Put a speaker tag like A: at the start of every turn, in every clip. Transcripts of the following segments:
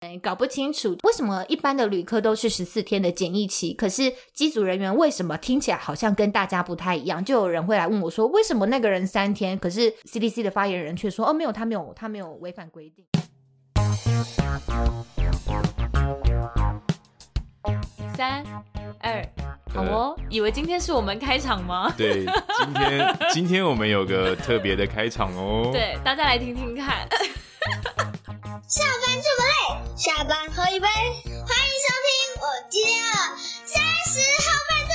A: 嗯，搞不清楚为什么一般的旅客都是十四天的检疫期，可是机组人员为什么听起来好像跟大家不太一样？就有人会来问我说，为什么那个人三天，可是 CDC 的发言人却说，哦，没有，他没有，他没有违反规定。
B: 三二，好哦，以为今天是我们开场吗？
C: 对，今天 今天我们有个特别的开场哦。，
B: 对，大家来听听看。
D: 上班这么累，下班喝一杯。欢迎收听我今天的三十号派对，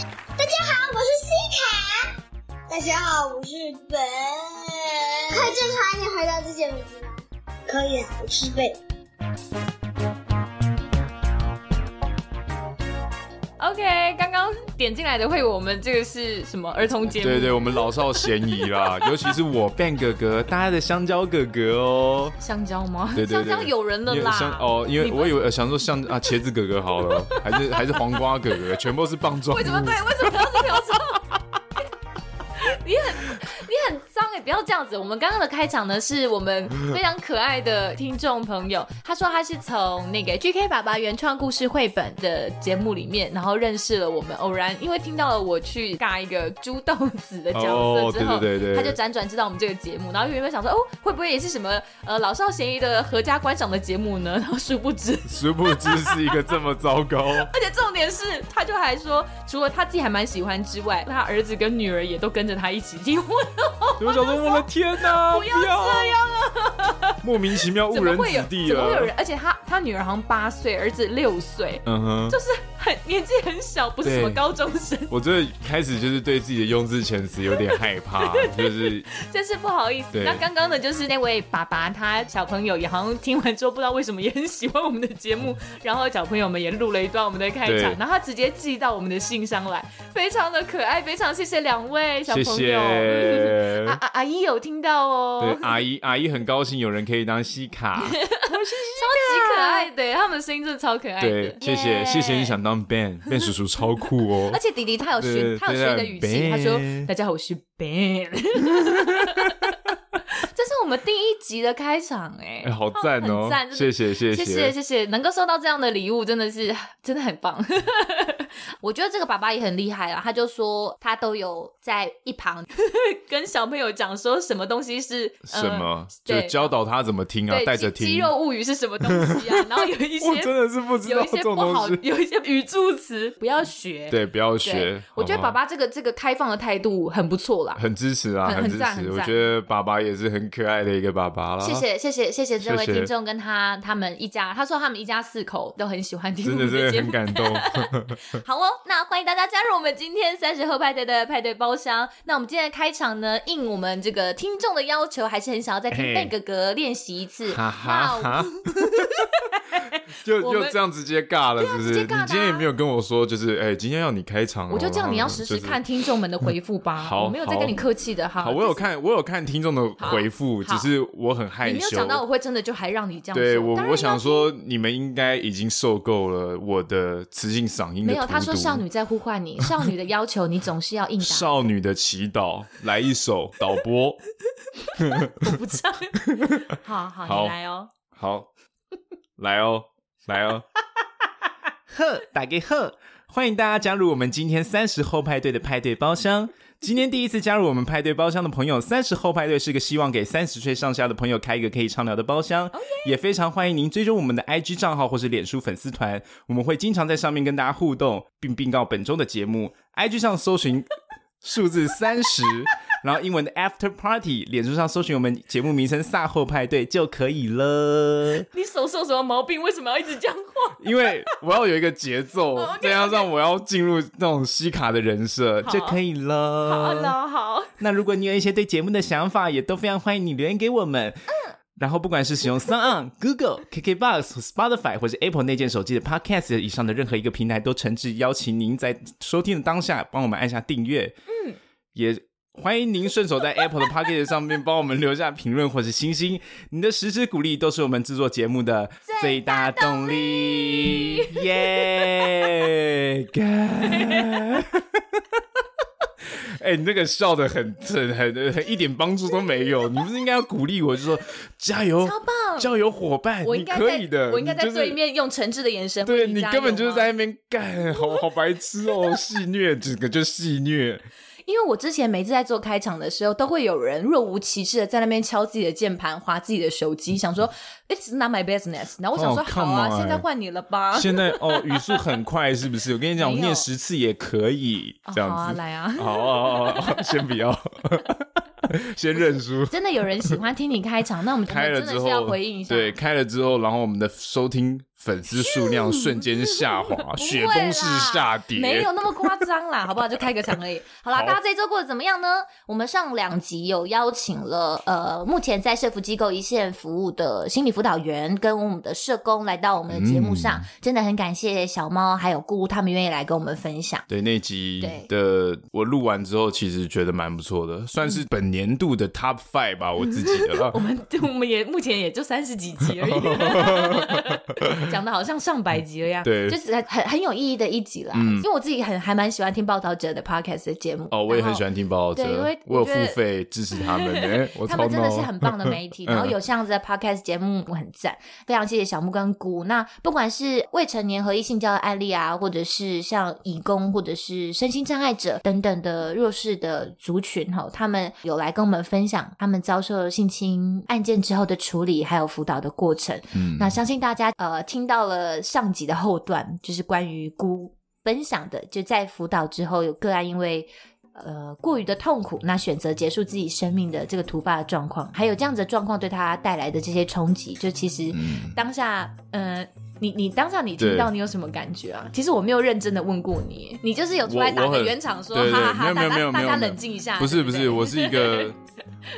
D: 耶！大家好，我是西卡。大家好，我是本。可以正常一点回到自己的名字吗？可以，啊我是本。
B: OK，刚刚点进来的会，我们这个是什么儿童节目？
C: 对对，我们老少咸宜 啦，尤其是我 Ben 哥哥，大家的香蕉哥哥哦。
B: 香蕉吗？
C: 对对对，
B: 香蕉有人了
C: 因为
B: 啦。
C: 香哦，因为我以为呃想说像啊茄子哥哥 好了，还是还是黄瓜哥哥，全部都是棒状物。
B: 为什么对？为什么要这条状？你很你很脏哎、不要这样子。我们刚刚的开场呢，是我们非常可爱的听众朋友，他说他是从那个 GK 爸爸原创故事绘本的节目里面，然后认识了我们。偶然因为听到了我去尬一个猪豆子的角
C: 哦
B: 色之后，
C: 对对对对
B: 他就辗转知道我们这个节目，然后原本想说哦，会不会也是什么呃老少咸宜的合家观赏的节目呢？然后殊不知
C: 殊不知是一个这么糟 糕。
B: 而且重点是，他就还说，除了他自己还蛮喜欢之外，他儿子跟女儿也都跟着他一起听。我
C: 我想说，我的天哪！
B: 不要这样啊！
C: 莫名其妙误
B: 怎么
C: 人
B: 会有
C: 子弟啊
B: 怎么会有
C: 了
B: 人？。而且他他女儿好像八岁，儿子六岁，
C: 嗯哼，
B: 就是很年纪很小，不是什么
C: 对
B: 高中生。
C: 我这开始就是对自己的用字遣词有点害 怕，就是
B: 真是不好意思。
C: 对
B: 那刚刚呢，就是那位爸爸，他小朋友也好像听完之后，不知道为什么也很喜欢我们的节目，然后小朋友们也录了一段我们的开场
C: 对，
B: 然后他直接寄到我们的信箱来，非常的可爱，非常谢谢两位小
C: 谢
B: 朋友。
C: 谢
B: 啊。啊！阿姨有听到
C: 对
B: 哦，，
C: 阿姨阿姨很高兴有人可以当西 卡，
B: 超级可爱的，他们声音真的超可爱
C: 对
B: 的，。
C: 谢谢谢谢你想当 Ben，Ben 叔叔超酷哦
B: 而。且弟弟他有
C: 对
B: 学，
C: 对
B: 他有学的语气，
C: 对
B: 他说
C: ，“Ben：“
B: 大家好，我是 Ben。” 这是我们第一集的开场哎、
C: 哎，好赞哦
B: 很赞！！真的
C: 谢谢谢
B: 谢谢谢谢，能够收到这样的礼物，真的是真的很棒。
A: 我觉得这个爸爸也很厉害
B: 啊
A: 啦，他就说他都有在一旁
B: 跟小朋友讲说什么东西是
C: 什？么
B: 呃？
C: 就
B: 对
C: 教导他怎么听啊，
B: 对，
C: 带着
B: 肌肌
C: 听。
B: 肉物语是什么东西啊？然后有一些
C: 我真的是不知
B: 有
C: 道
B: 一些
C: 这
B: 不
C: 种
B: 好
C: 东，西。
B: 有一些语助词不要学。
C: 对，不要
B: 对，
C: 学。
A: 我觉得
C: 好
A: 爸
C: 吗
A: 爸这个这个开放的态度很不错啦。
C: 嗯很支持啊，
A: 很
C: 支
A: 很赞
C: 持。
A: 很
C: 我
A: 赞
C: 觉得爸爸也是很可爱的一个爸爸啦。
A: 谢。谢谢谢谢谢这位
C: 啊谢谢
A: 听众跟他他们一家，他说他们一家四口都很喜欢听
C: 真
A: 我
C: 的
A: 们
C: 真
A: 的
C: 的
A: 节
C: 很
A: 目。
C: 感 动，
A: 好哦，那欢迎大家加入我们今天三十后派对的派对包厢。那我们今天的开场呢，应我们这个听众的要求，还是很想要再听
C: 嘿
A: Ben 哥哥练习一次。
C: 哈哈
A: 哇哦
C: 哈！ 就
B: 我
C: 就
B: 们
C: 这样直接尬了，是不
A: 直接
C: 是？
A: 尬的啊
C: 你今天也没有跟我说，就是哎，今天要你开场哦，
A: 我就叫你要
C: 然后
A: 时时
C: 就是
A: 看听众们的回复吧，
C: 好
A: 我没有在跟你客气的哈。
C: 好，我有看，我有看听众的回复，
A: 好
C: 只是我很害
A: 你没有
C: 羞。
A: 想到我会真的就还让你这样做
C: 对我
A: 当然，要
C: 我想说，你们应该已经受够了我的磁性嗓音的
A: 没有，
C: 荼
A: 他说
C: 毒
A: 少女在呼唤你，少女的要求你总是要应答。
C: 少女的祈祷，来一首导播，
B: 不唱。
A: 好好，
C: 好
A: 你来哦。
C: 好，来哦，来哦，呵，打给呵，欢迎大家加入我们今天三十后派对的派对包厢。今天第一次加入我们派对包厢的朋友，三十后派对是个希望给三十岁上下的朋友开一个可以畅聊的包厢也非常欢迎您追踪我们的 IG 账号或是脸书粉丝团，我们会经常在上面跟大家互动，并并告本周的节目。IG 上搜寻数字三十，然后英文的 After Party，脸书上搜寻我们节目名称“萨后派对”就可以了。
B: 你手受什么毛病？为什么要一直这样话？
C: 因为我要有一个节奏，再加上我要进入那种西卡的人设就可以
B: 好
C: 了。
B: 啦，好，
C: 那如果你有一些对节目的想法，也都非常欢迎你留言给我们。然后，不管是使用 s o n Google、KKBox、Spotify 或者 Apple 内建手机的 Podcast 以上的任何一个平台，都诚挚邀请您在收听的当下帮我们按下订阅。嗯，也欢迎您顺手在 Apple 的 Podcast 上面帮我们留下评论或是星星，你的实质鼓励都是我们制作节目的最大动力。 耶！干哎、 哎、你这个笑的很很很很一点帮助都没有。你不是应该要鼓励我，就说加油，
B: 超棒
C: 加油伙伴，
B: 我
C: 你
B: 应该
C: 可
B: 在
C: 以的。
B: 我应该
C: 你
B: 在
C: 就是
B: 对面用诚挚的眼神为
C: 对
B: 你
C: 你
B: 加
C: 根本
B: 油
C: 就是
B: 吗
C: 在那边干，好好白痴哦，戏虐，整个就戏虐。
B: 因为我之前每次在做开场的时候，都会有人若无其事的在那边敲自己的键盘、划自己的手机，想说 It's not my business。然后我想说，
C: Oh,
B: 好
C: 嗯 come
B: 啊，
C: on
B: 现在换你了吧。
C: 现在哦，语速很快，是不是？我跟你讲，我
B: 没有
C: 念十次也可以
B: 哦
C: 这样
B: 好啊，
C: 子。
B: 来啊！
C: 好啊，好啊，先不要，先认输。
B: 真的有人喜欢听你开 场，那我们我
C: 开
B: 们
C: 了
B: 真的
C: 之
B: 是要
C: 后，
B: 回应一下。
C: 对，开了之后，然后我们的收听粉丝数量瞬间下滑，
B: 不会
C: 雪崩式
B: 啦
C: 下 跌。
B: 没有那么夸张 啦，好不好？就开个场而已。好啦，
C: 好
B: 大家
A: 大家这一周过得怎么样呢？我们上两集有邀请了呃，目前在社福机构一线服务的心理辅导员跟我们的社工来到我们的节目上，
C: 嗯
A: 真的很感谢小猫还有姑他们愿意来跟我们分 享。
C: 对那集
A: 对
C: 的我录完之后，其实觉得蛮不错的，算是本年度的 Top Five 吧，我自己的了
B: 我。们我们也目前也就三十几集而 已，讲的好像上百集了呀。
C: 对
A: 就，是很很有意义的一集啦，
C: 嗯
A: 因为我自己很还蛮喜欢听报道者的 podcast 的节目
C: 哦，我也很喜
A: 欢。
C: 欢听报道
A: 对因
C: 者
A: 为，
C: 我有
A: 我觉得
C: 付费支持他们，哎，我
A: 他
C: 超
A: 们真的是
C: 闹
A: 很棒的媒 体，
C: 嗯
A: 然后有像样子的 podcast 节目，我很赞，非常谢谢小木跟姑。那不管是未成年合一性交的案例啊，或者是像义工，或者是身心障碍者等等的弱势的族群哈，他们有来跟我们分享他们遭受性侵案件之后的处理，还有辅导的过程。
C: 嗯
A: 那相信大家呃听到了上集的后段，就是关于姑分享的，就在辅导之后有个案因为呃过于的痛苦，那选择结束自己生命的这个突发的状况，还有这样子的状况对他带来的这些冲击，就其实
C: 嗯
A: 当下呃。
B: 你你当下你听到你有什么感觉啊？其实我没有认真的问过你，你就是有出来
C: 我
B: 打
C: 我
B: 个
C: 很
B: 圆场说，
C: 对对
B: 哈哈哈，
C: 没有
B: 大
C: 没
B: 家
C: 有没
B: 大
C: 有
B: 家
C: 没有
B: 冷静一下。
C: 不是
B: 对
C: 不
B: 对
C: 是，我是一 个，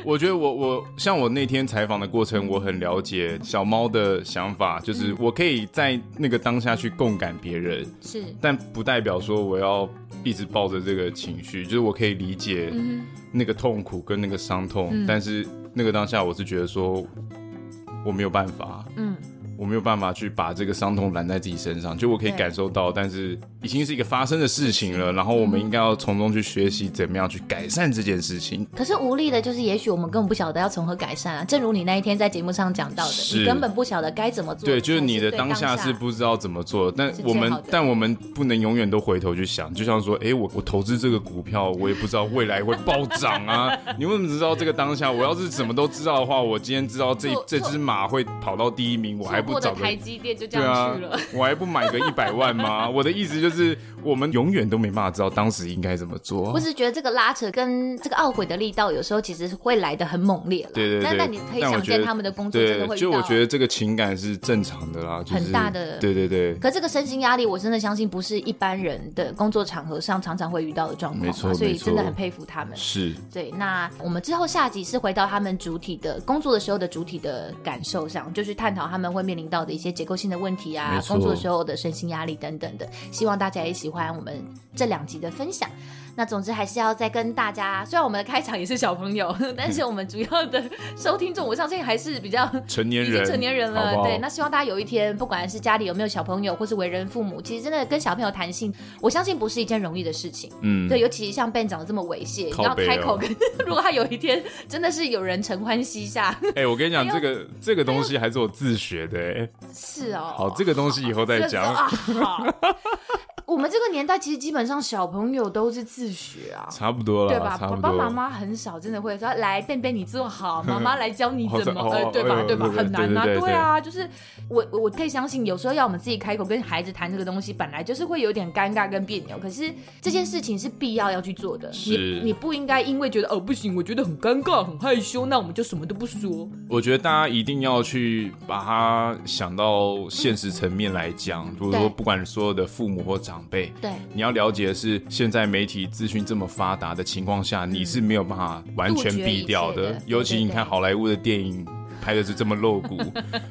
C: 我觉得我我像我那天采访的过程，我很了解小猫的想法，
B: 嗯
C: 就是我可以在那个当下去共感别人，
A: 是
C: 但不代表说我要一直抱着这个情绪，就是我可以理解
A: 嗯
C: 那个痛苦跟那个伤痛，但是那个当下我是觉得说我没有办法，
A: 嗯，
C: 我没有办法去把这个伤痛揽在自己身上，就我可以
A: 对
C: 感受到，但是已经是一个发生的事情了，然后我们应该要从中去学习怎么样去改善这件事情。
A: 可是无力的，就是也许我们根本不晓得要从何改善啊。正如你那一天在节目上讲到的，
C: 是
A: 你根本不晓得该怎么做。
C: 对，就是你的
A: 当嗯
C: 当下是不知道怎么做，但
A: 是最
C: 我们
A: 好的
C: 但我们不能永远都回头去想，就像说，哎，我我投资这个股票，我也不知道未来会暴涨啊。你为什么知道这个当下？我要是什么都知道的话，我今天知道这
B: 错
C: 这
B: 错
C: 只马会跑到第一名，我还
B: 错
C: 不
B: 过
C: 找
B: 的
C: 个
B: 台积电就这
C: 对
B: 样
C: 啊
B: 去了。，
C: 我还不买个一百万吗？我的意思就是，我们永远都没办法知道当时应该怎么做
A: 我。只是觉得这个拉扯跟这个懊悔的力道，有时候其实会来的很猛烈了。
C: 对对对，
A: 但但你可以
C: 但我
A: 想
C: 觉
A: 见
C: 得
A: 他们的工作真
C: 对
A: 的会，遇
C: 就我
A: 到
C: 觉得这个情感是正常的啦，就是
A: 很大的
C: 对对对，
A: 可这个身心压力，我真的相信不是一般人的工作场合上常常会遇到的状况
C: 没
A: 嘛，
C: 错
A: 所
C: 没
A: 以
C: 错
A: 真的很佩服他们。
C: 是
A: 对，那我们之后下集是回到他们主体的工作的时候的主体的感受上，就是探讨他们会面临到的一些结构性的问题
C: 没
A: 啊，
C: 错
A: 工作时候的身心压力等等的。希望大家也喜欢我们这两集的分享。那总之还是要再跟大家，虽然我们的开场也是小朋友， 但是我们主要的收听众，我相信还是比较
C: 成年
A: 已经
C: 人，
A: 成年人了，
C: 好不好
A: 对。那希望大家有一天，不管是家里有没有小朋友，或是为人父母，其实真的跟小朋友谈性，我相信不是一件容易的事情。
C: 嗯，
A: 对，尤其像 Ben 长得这么猥亵，你
C: 靠
A: 要
C: 背
A: 开口
C: 哦
A: 跟，如果他有一天 真的是有人承欢膝下，
C: 哎、我跟你讲，
A: 哎呦
C: 这个这个东西还是我自学的、哎，
A: 是哦。
C: 好，这个东西以后再
A: 这时候
C: 讲。
A: 啊。好 我们这个年代其实基本上小朋友都是自学啊，
C: 差不多
A: 对
C: 了，
A: 吧？
C: 差
A: 爸
C: 不
A: 爸
C: 多。
A: 妈妈很少真的会说来贝贝你做好，妈 妈来教你
C: 好
B: 怎
C: 像
B: 么
C: 哦
B: 呃
C: 哦
B: 对
C: 哎
B: 吧
C: 呦
B: 对吧
C: 对
B: 很难啊
C: 对对
B: 对啊
A: 啊，就是我我我可以相信，有时候要我们自己开口跟孩子谈这个东西，本来就是会有点尴尬跟别扭。可是这件事情是必要要去做的，
C: 是
A: 你你不应该因为觉得哦不行，我觉得很尴尬、很害羞，那我们就什么都不说。
C: 我觉得大家一定要去把它想到现实层面来讲，比如说
A: 对
C: 不管所有的父母或长辈，
A: 对，
C: 你要了解的是，现在媒体资讯这么发达的情况下，你是没有办法完全避掉
A: 嗯杜绝一切的
C: 尤其
A: 对对
C: 你看
A: 对
C: 好莱坞的电影。拍的是这么 露骨。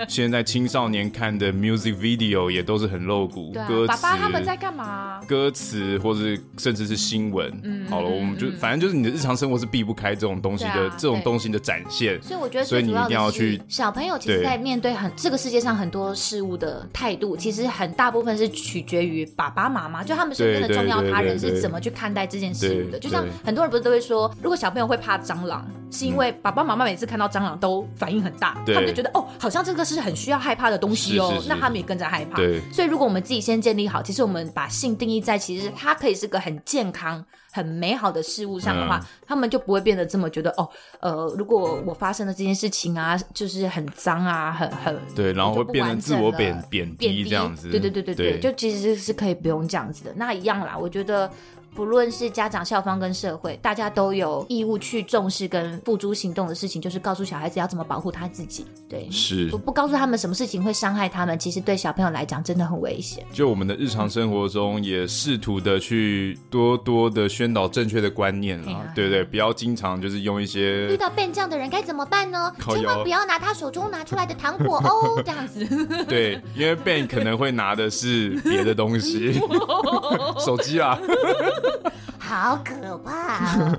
C: 现在青少年看的 music video 也都是很露骨，
B: 对啊
C: 歌，词。
B: 爸爸他们在干嘛？
C: 歌词，或是甚至是新闻，
B: 嗯
C: 好了，
B: 嗯
C: 我们就、
B: 嗯
C: 反正就是你的日常生活是避不开这种东西
B: 对
C: 的，
B: 啊
C: 这种
B: 对
C: 东西的展现。
A: 所以我觉得
C: 所以
A: 最主
C: 你一
A: 要
C: 定要
A: 的是
C: 去，
A: 小朋友其实，
C: 对
A: 在面对很这个世界上很多事物的态度，其实很大部分是取决于爸爸妈妈，就他们身边的
C: 对对
A: 重要他人
C: 对对
A: 是怎么去看待这件事物的。
C: 对
A: 就像
C: 对
A: 很多人不是都会说，如果小朋友会怕蟑螂，是因为爸爸妈妈每次看到蟑螂都反应很大，
C: 嗯对
A: 他们就觉得哦，好像这个是很需要害怕的东西哦，
C: 是是是
A: 那他们也跟着害怕。
C: 对
A: 所以如果我们自己先建立好，其实我们把性定义在其实它可以是个很健康、很美好的事物上的
C: 嗯
A: 话，他们就不会变得这么觉得哦，呃，如果我发生了这件事情啊，就是很脏啊，很很
C: 对，然后会
A: 我就不
C: 变成
A: 完
C: 自
A: 整
C: 我
A: 了
C: 贬贬
A: 贬低啊
C: 低这样子。
A: 对对对对对，就其实是可以不用这样子的。那一样啦，我觉得。不论是家长、校方跟社会，大家都有义务去重视跟付诸行动的事情，就是告诉小孩子要怎么保护他自己。对，
C: 是
A: 不，不告诉他们什么事情会伤害他们，其实对小朋友来讲真的很危险。
C: 就我们的日常生活中也试图的去多多的宣导正确的观念
A: 哎
C: 啦
A: 呀，
C: 对不对？不要经常就是用一些
A: 遇到变这样的人该怎么办呢？
C: 靠腰
A: 千万不要拿他手中拿出来的糖果 哦，这样子。
C: 对，因为 Ben 可能会拿的是别的东西，
A: 哦
C: 手机啊，
A: 好可怕、 哦！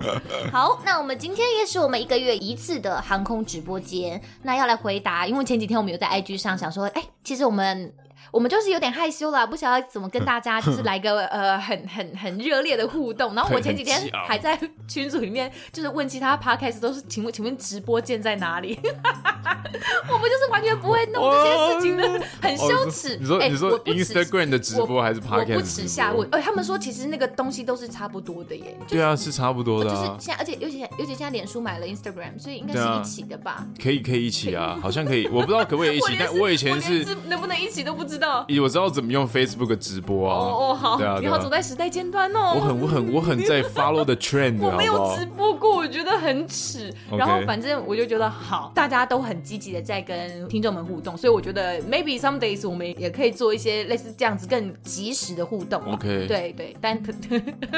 A: 好，那我们今天也是我们一个月一次的航空直播间，那要来回答，因为前几天我们有在 IG 上想说，哎、其实我们。我们就是有点害羞啦，不晓得怎么跟大家 就是来个呃很很很热烈的互动。然后我前几天
C: 很激昂
B: 还在群组里面就是问其他 podcast 都是，请问请问直播间在 哪里？我们就是完全不会弄这些事情的，
A: 哦
B: 很羞耻。
C: 哦你说
B: 哎
C: 你
B: 我
C: 说
B: 不耻
C: Instagram 的直播还是
B: 我不
C: Podcast
B: 耻
C: 直
B: 下
C: 播
B: 问，？哎、他们说其实那个东西都是差不多的耶，
C: 对啊，是差不多的
B: 就是
C: 啊，
B: 现在，而且尤其尤其现在脸书买了 Instagram，所以应该
C: 对
B: 是
C: 啊
B: 一起的吧？
C: 可以可以一起啊，好像可以，我不知道可不 可以一起，
B: 连
C: 但
B: 是
C: 我以前
B: 连
C: 是，
B: 能不能一起都不知道。
C: 我知道怎么用 Facebook 直播啊，
B: 哦哦，好，
C: 对啊对啊
B: 你好走在时代尖端哦。
C: 我很我很我很在 follow the trend，啊
B: 我
C: 好
B: 没
C: 不
B: 有
C: 好
B: 直？播过，我觉得很耻。
C: OK
B: 然后反正我就觉得好，大家都很积极的在跟听众们互动，所以我觉得 maybe some days 我们也可以做一些类似这样子更及时的互动啊。
C: OK
B: 对对，但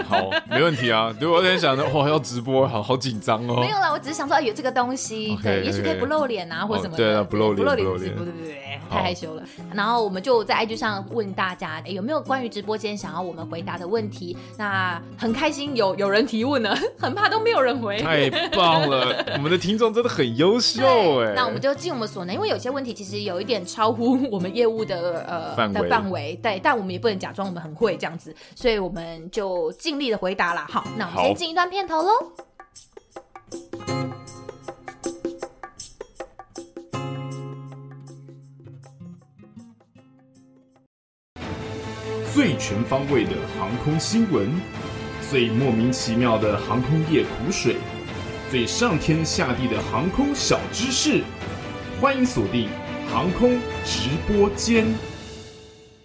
C: 好，没问题啊。对，我在想着，哇，要直播，好好紧张哦
A: 没。有啦，我只是想说，哎、有这个东西
C: OK，
A: 对，也许可以
C: OK
A: 不露脸啊，或什么的。
C: 对啊不露脸
A: 不露
C: 不露
A: 直
C: 脸
A: 播，对对对，
C: 好
A: 太害羞了。然后我们就在 IG 上问大家、哎有没有关于直播间想要我们回答的问题。那很开心有有人提问了，很怕都没有人回。
C: 太棒了，我们的听众真的很优秀
A: 对，
C: 哎。
A: 那我们就尽我们所能，因为有些问题其实有一点超乎我们业务的呃
C: 范围
A: 的范围，对，但我们也不能假装我们很会这样子，所以我们就尽力的回答啦。好，那我们
C: 好
A: 先进一段片头喽。
C: 最全方位的航空新闻，最莫名其妙的航空业苦水，最上天下地的航空小知识，欢迎锁定航空直播间。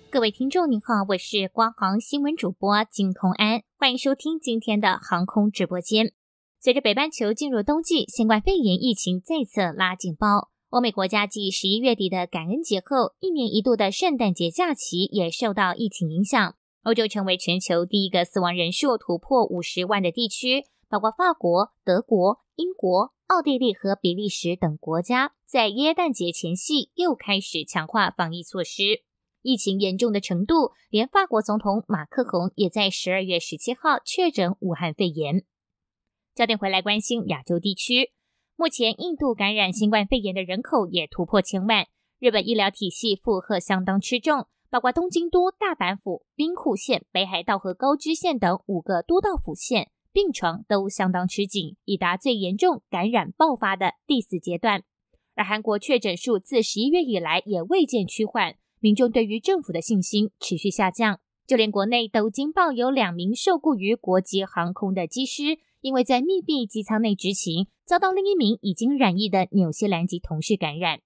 E: 各位听众，您好，我是光航新闻主播金空安，欢迎收听今天的航空直播间。随着北半球进入冬季，新冠肺炎疫情再次拉警报。欧美国家继十一月底的感恩节后，一年一度的圣诞节假期也受到疫情影响。欧洲成为全球第一个死亡人数突破五十万的地区，包括法国、德国、英国、奥地利和比利时等国家，在耶诞节前夕又开始强化防疫措施。疫情严重的程度，连法国总统马克宏也在十二月十七号确诊武汉肺炎。焦点回来关心亚洲地区，目前印度感染新冠肺炎的人口也突破千万，日本医疗体系负荷相当吃重，包括东京都、大阪府、兵库县、北海道和高知县等五个都道府县，病床都相当吃紧，已达最严重感染爆发的第四阶段。而韩国确诊数自十一月以来也未见趋缓，民众对于政府的信心持续下降。就连国内都惊爆有两名受雇于国际航空的机师，因为在密闭机舱内执勤，遭到另一名已经染疫的纽西兰籍同事感染。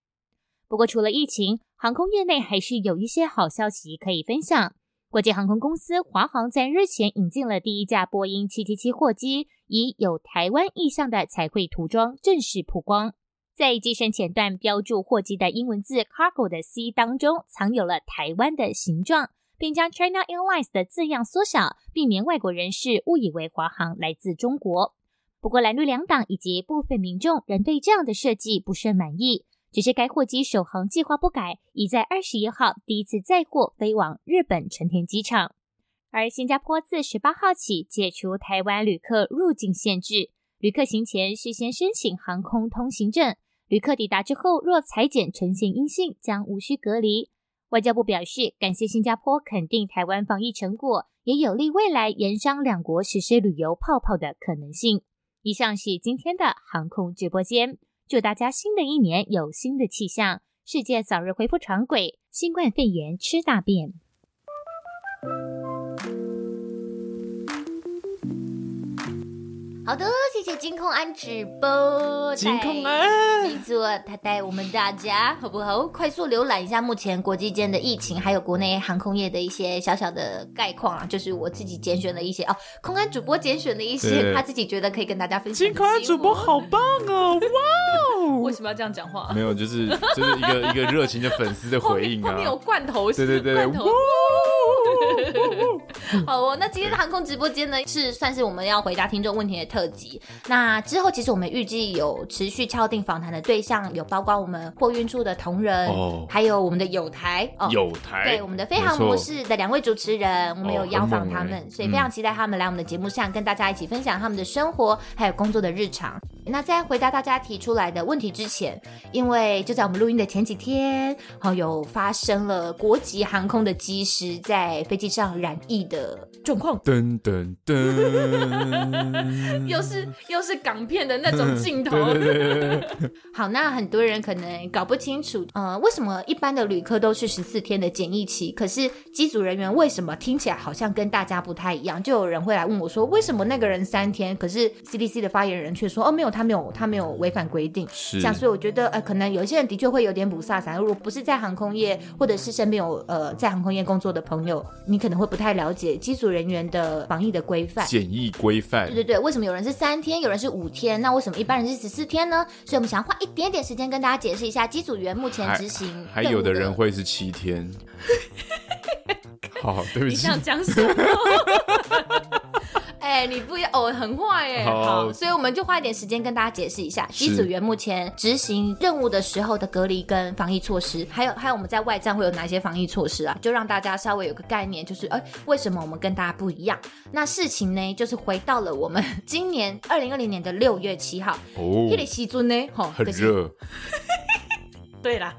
E: 不过，除了疫情，航空业内还是有一些好消息可以分享。国际航空公司华航在日前引进了第一架波音777货机，以有台湾意象的彩绘涂装正式曝光。在机身前段标注货机的英文字 “cargo” 的 “c” 当中，藏有了台湾的形状，并将 China Airlines 的字样缩小，避免外国人士误以为华航来自中国。不过，蓝绿两党以及部分民众仍对这样的设计不甚满意，只是该货机首航计划不改，已在二十一号第一次载货飞往日本成田机场。而新加坡自十八号起解除台湾旅客入境限制，旅客行前需先申请航空通行证，旅客抵达之后若裁剪呈现阴性，将无需隔离。外交部表示，感谢新加坡肯定台湾防疫成果，也有利未来研商两国实施旅游泡泡的可能性。以上是今天的航空直播间，祝大家新的一年有新的气象，世界早日恢复常轨，新冠肺炎吃大便。
A: 好的，谢谢金控安直播，
C: 金控安
A: 没错，他带啊我们大家好不好？快速浏览一下目前国际间的疫情，还有国内航空业的一些小小的概况啊，就是我自己拣选的一些哦，空安主播拣选的一些
C: 对
A: 他自己觉得可以跟大家分享。
C: 金口安主播，好棒哦！哇
B: 为
C: 哦，
B: 什么要这样讲话？
C: 没有，就是就是一个一个热情的粉丝的
B: 后
C: 回
B: 面
C: 应
B: 后
C: 啊
B: 面。有罐头，
C: 对对对对，
B: 罐
C: 哇
B: 头
C: 哦！
A: 好哦，那今天的航空直播间呢，是算是我们要回答听众问题的特辑。那之后，其实我们预计有持续敲定访谈的对象，有包括我们货运处的同仁，
C: 哦
A: 还有我们的友台哦，
C: 有台
A: 对我们的飞航模式的两位主持人，我们
B: 哦
A: 有邀访他
C: 很
A: 们，
C: 猛欸
B: 嗯
A: 所以非常期待他们来我们的节目上、跟大家一起分享他们的生活还有工作的日常。那在回答大家提出来的问题之前，因为就在我们录音的前几天，哦，有发生了国籍航空的机师在飞机上染疫的
C: 嗯
A: 状况。
C: 噔噔 噔，
B: 又是又是港片的那种镜头，
C: 嗯 对对对对对
A: 好，那很多人可能搞不清楚，呃，为什么一般的旅客都是十四天的检疫期，可是机组人员为什么听起来好像跟大家不太一样？就有人会来问我说，为什么那个人三天，可是 CDC 的发言人却说，哦，没有，他没有，他没有违反规定。
C: 是
A: 这样，所以我觉得，呃，可能有一些人的确会有点不飒飒。如果不是在航空业，或者是身边有呃在航空业工作的朋友，你可能会不太了解机组人员的防疫的规范。
C: 简易规范
A: 对，对对，为什么有人是三天，有人是五
C: 嗯
A: 天？那为什么一般人是十四天呢？所以我们想要花一点点时间跟大家解释一下机组员目前
C: 还
A: 执行
C: 还
A: 任务
C: 有的人会是七 天。好，对不
B: 你
C: 起，
B: 想讲什 么？哎、你不要哦，很坏哎、
C: 好
A: 好，所以我们就花一点时间跟大家解释一下
C: 是
A: 机组员目前执行任务的时候的隔离跟防疫措施，还有还有我们在外站会有哪些防疫措施啊？就让大家稍微有个概念，就是哎，为什么我们跟大家不一样？那事情呢，就是回到了我们今年二零二零年的六月七号，
C: 哦
A: 迄个时阵呢，吼，
C: 很
A: 就是
C: 热，
B: 对啦，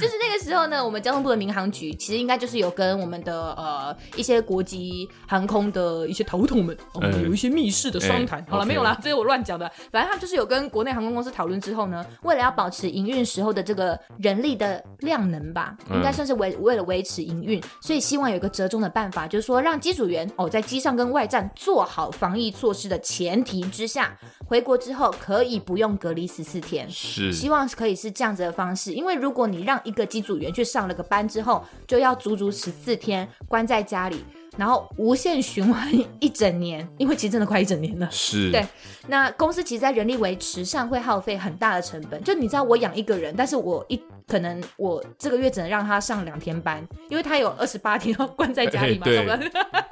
A: 就是那个时候呢，我们交通部的民航局其实应该就是有跟我们的呃一些国际航空的一些头头们，我
B: 哦
A: 们有一些密室的商谈。
C: 哎
B: 好了
C: OK
B: 没有啦，这是我乱讲的。
A: 反正他们就是有跟国内航空公司讨论之后呢，为了要保持营运时候的这个人力的量能吧，
C: 嗯
A: 应该算是为为了维持营运，所以希望有一个折中的办法，就是说让机组员哦在机上跟外站做好防疫措施的前提之下，回国之后可以不用隔离十四天。
C: 是
A: 希望可以是这样子的方式，因为如果你让一个机组员去上了个班之后，就要足足十四天关在家里，然后无限循环一整年，因为其实真的快一整年了。
C: 是，
A: 对那公司其实，在人力维持上会耗费很大的成本。就你知道，我养一个人，但是我一可能我这个月只能让他上两天班，因为他有二十八天要关在家里嘛，
C: 哎
A: 要不然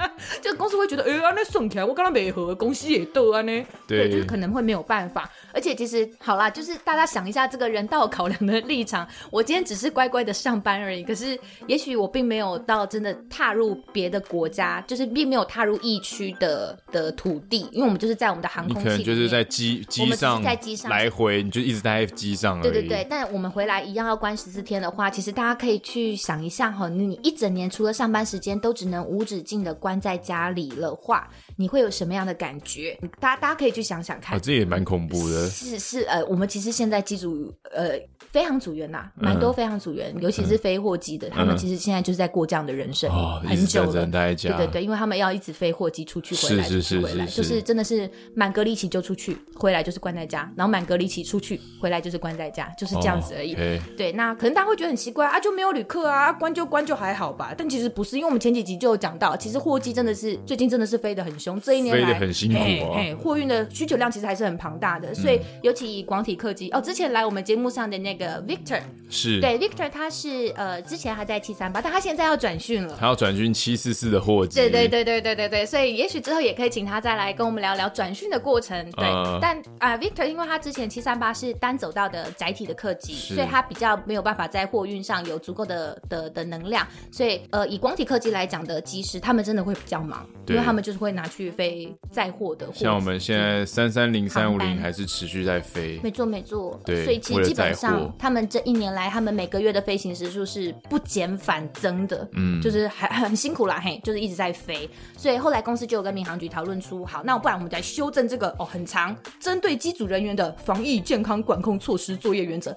A: 就公司会觉得，哎、欸，那送起来我跟他没合，公司也斗啊呢。对，就是可能会没有办法。而且其实好啦，就是大家想一下这个人道考量的立场，我今天只是乖乖的上班而已，可是也许我并没有到真的踏入别的国家，就是并没有踏入疫区的的土地，因为我们就是在我们的航
C: 你
A: 空
C: 可
A: 器里
C: 能
A: 面，
C: 就是在机
A: 我
C: 机
A: 们只
C: 上
A: 是在机上
C: 来回，你就一直待在机上而已。
A: 对对对，，但我们回来一样要关十四天的话，其实大家可以去想一下哈，你一整年除了上班时间都只能无止境的关在家里的话，你会有什么样的感觉？大家大家可以去想想看。
C: 啊，这也蛮恐怖的。
A: 是是呃，我们其实现在机组呃飞航组员呐、蛮多
C: 嗯
A: 飞航组员，尤其是飞货机的，他们其实现在就是在过这样的人生、
C: 哦，一
A: 很
C: 直
A: 久
C: 在
A: 了
C: 人。待在
A: 对
C: 家，
A: 对对，因为他们要一直飞货机出去回来，
C: 是是是
A: 出去回来，
C: 是
A: 就是是真的是满隔离期
C: 哦
A: 就出去，回来就是关在家，然后满隔离期出去，回来就是关在家，就是这样子而已。
C: o k
A: 对，呐、可能大家会觉得很奇怪啊，就没有旅客啊，啊关就关就还好吧。但其实不是，因为我们前几集就有讲到，其实货机真的是最近真的是飞得很凶，这一年
C: 飞
A: 来
C: 得很辛苦
A: 嘿
C: 啊嗯
A: 嘿货运的需求量其实还是很庞大的，所以尤其以广体客机哦，之前来我们节目上的那个 Victor，
C: 是，
A: 对 Victor 他是呃之前还在 T 三八，但他现在要转训了。
C: 还要转军七四四的货机，
A: 对对，对对对对对，所以也许之后也可以请他再来跟我们聊聊转训的过程。对，
C: 嗯
A: 但啊、v i c t o r 因为他之前七三八是单走道的窄体的客机，
C: 是
A: 所以他比较没有办法在货运上有足够的的的能量，所以呃，以广体客机来讲的机师，他们真的会比较忙，因
C: 对
A: 为他们就是会拿去飞载货的货机。
C: 像我们现在三三零、三五
A: 航
C: 零
A: 班
C: 还是持续在飞，
A: 没错没错，
C: 对
A: 所以其
C: 为
A: 实
C: 了
A: 基本
C: 载
A: 上
C: 货
A: 他们这一年来，他们每个月的飞行时数是不减反增的，
C: 嗯
A: 就是很 很辛苦啦，嘿，就是一直在飞。所以后来公司就有跟民航局讨论出，好，那不然我们来修正这个哦，很长，针对机组人员的防疫健康管控措施作业原则，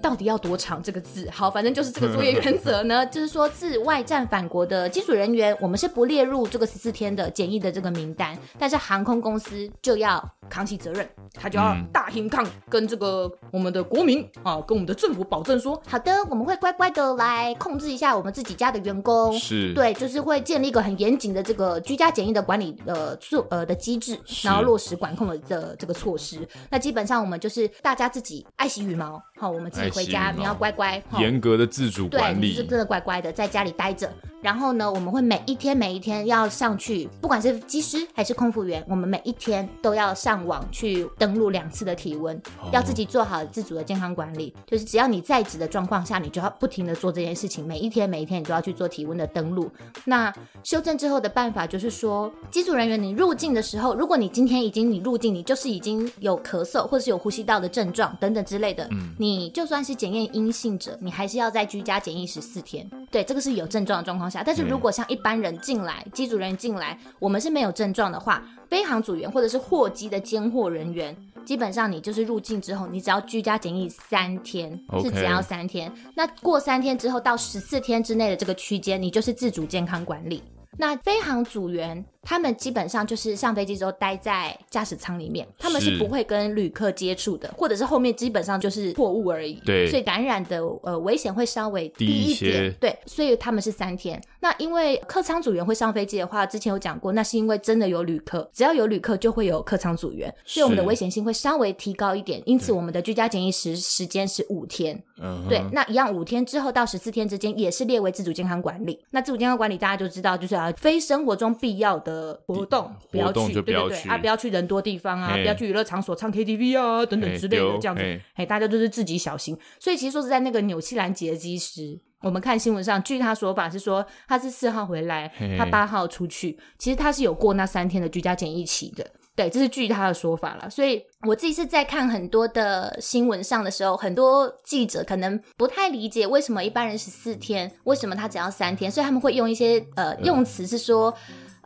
A: 到底要多长这个字？好，反正就是这个作业原则 呢，就是说自外战返国的机组人员，我们是不列入这个十四天的检疫的这个名单，但是航空公司就要扛起责任，他就要
C: 嗯
A: 大型抗跟这个我们的国民啊，跟我们的政府保证说，好的，我们会乖乖的来控制一下我们自己家的员工。
C: 是，，
A: 对，就是会建立一个很严谨的这个居家检疫的管理呃措呃的机制，
C: 是
A: 然后落实管控的这这个措施。那基本上我们就是大家自己爱惜羽毛，好，我们自己回家，
C: 爱惜羽毛
A: 你要乖乖，好
C: 严格的自主
A: 对，
C: 管
A: 你就是
C: 理
A: 真，的乖乖的在家里待着。然后呢，我们会每一天每一天要上去，不管是机师还是空服员，我们每一天都要上网去登录两次的体温，
C: 哦
A: 要自己做好自主的健康管理。就是只要你在职的状况下，你就要不停的做这件事情，每一天每一天你都要去做体温的登录。那修正之后的办法就是说，机组人员你入境的时候，如果你今天已经你入境，你就是已经有咳嗽或是有呼吸道的症状等等之类的，你就算是检验阴性者，你还是要在居家检疫十四天。对，这个是有症状的状况下，但是如果像一般人进来，机组人员进来，我们是没有症状的话，飞行组员或者是货机的监货人员。基本上你就是入境之后，你只要居家检疫三天
C: OK
A: 是只要三天。那过三天之后到十四天之内的这个区间，你就是自主健康管理。那飞行组员他们基本上就是上飞机之后待在驾驶舱里面，他们
C: 是
A: 是不会跟旅客接触的，或者是后面基本上就是货物而已。
C: 对
A: 所以感染的呃危险会稍微低
C: 低一
A: 一
C: 些
A: 点。对，所以他们是三天。那因为客舱组员会上飞机的话，之前有讲过，那是因为真的有旅客，只要有旅客就会有客舱组员，所以我们的
C: 是
A: 危险性会稍微提高一点。因此，我们的居家检疫时时间是五天。
C: 嗯，
A: 对，，那一样五天之后到十四天之间也是列为自主健康管理。那自主健康管理大家就知道，就是啊，非生活中必要的活动不要
C: 活动
A: 去，
C: 就不
A: 对
C: 要
A: 对
C: 去
A: 对啊，不要去人多地方啊，
C: 嘿
A: 不要去娱乐场所唱 KTV 啊等
C: 嘿
A: 等之类
C: 对
A: 的
C: 哦
A: 这样子
C: 嘿。
A: 哎，大家就是自己小心。所以其实说是在那个纽西兰籍的机师。我们看新闻上，据他说法是说他是四号回来
C: 嘿，
A: 他八号出去，其实他是有过那三天的居家检疫期的。对，这是据他的说法啦。所以我自己是在看很多的新闻上的时候，很多记者可能不太理解为什么一般人十四天，为什么他只要三天，所以他们会用一些呃
C: 嗯
A: 用词是说。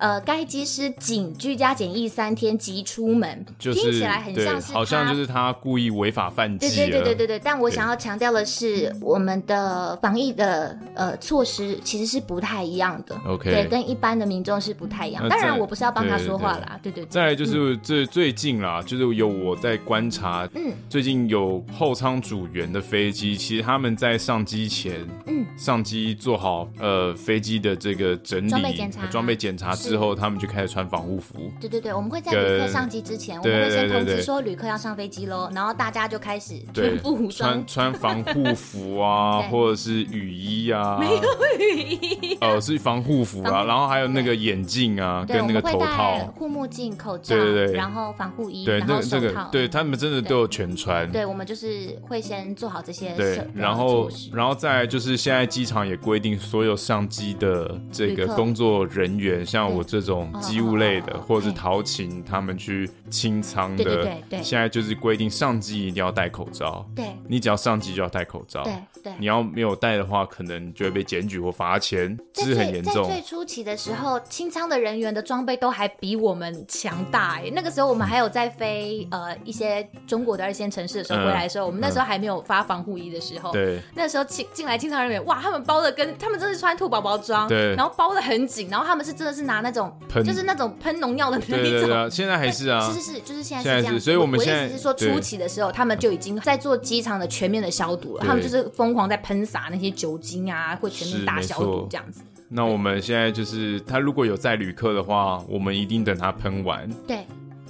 A: 呃，该机师仅居家检疫三天即出门，
C: 就是
A: 听起来很像
C: 对，
A: 是
C: 好像
A: 他
C: 就是他故意违法犯纪
A: 对
C: 了，
A: 对对对对
C: 对，
A: 对，但我想要强调的是，我们的防疫的呃措施其实是不太一样的
C: OK
A: 对，跟一般的民众是不太一样。
C: 那
A: 当
C: 再
A: 然，我不是要帮他
C: 对
A: 说话
C: 对
A: 啦，对对对。
C: 再来就是这最近啦，就是有我在观察，
A: 嗯
C: 最近有后舱组员的飞机，其实他们在上机前，
A: 嗯，
C: 上机做好呃飞机的这个整理、
A: 装备检查
C: 装备检查之后，他们就开始穿防护服。
A: 对对对，我们会在
C: 跟
A: 旅客上机之前，我
C: 对
A: 们会先
C: 对对
A: 通知
C: 对
A: 说旅客要上飞机喽，然后大家就开始
C: 对
A: 全副武，装
C: 穿。穿防护服啊，
A: 对
C: 或者是雨衣啊，没有雨衣、哦、是防护服
A: 防护
C: 啊，
A: 服
C: 然后还有那个眼镜啊，
A: 对，
C: 跟
A: 我
C: 那个
A: 们会
C: 头
A: 戴
C: 套，
A: 护目镜、口罩，
C: 对对对
A: 然后防护衣，
C: 对，
A: 然
C: 那
A: 后
C: 个
A: 手
C: 这个
A: 套，。
C: 对他们真的都有全穿，
A: 对，我们就是会先做好这些设呃
C: 对，然后
A: 措施
C: 然后再来就是现在机场也规定，所有上机的这个
A: 旅客
C: 工作人员，像我这种机务类的，
A: 哦哦哦
C: 或者是
A: 嘿
C: 陶勤他们去清仓的，
A: 对对对对
C: 现在就是规定上机一定要戴口罩，
A: 对
C: 你只要上机就要戴口罩，
A: 对对。
C: 你要没有戴的话，可能就会被检举或罚钱，
A: 在
C: 这是很
A: 最
C: 严
A: 在
C: 重。
A: 最初期的时候，清仓的人员的装备都还比我们强大哎、那个时候我们还有在飞呃一些中国的二线城市的时候，
C: 嗯
A: 回来的时候，我们那时候还没有发防护衣的时候，
C: 对，
A: 那时候进进来清仓人员
B: 哇，他们包的跟他们真的是穿兔宝宝装，
C: 对
B: 然后包的很紧，然后他们是真的是拿那种
C: 喷
B: 就是那种喷农药的那
C: 对
B: 一种，
C: 对对啊，现在还是啊，
A: 是是是，就是现在
C: 现在
A: 是这样
C: 是
A: 子。
C: 所以我们现
A: 的
C: 在
A: 意思是说，
C: 对
A: 初期的时候，他们就已经在做机场的全面的消毒了，
C: 对
A: 他们就是疯狂在喷洒那些酒精啊，会全面大消
C: 是没错
A: 毒这样子。
C: 那我们现在就是他如果有载旅客的话，我们一定等他喷完，
A: 对，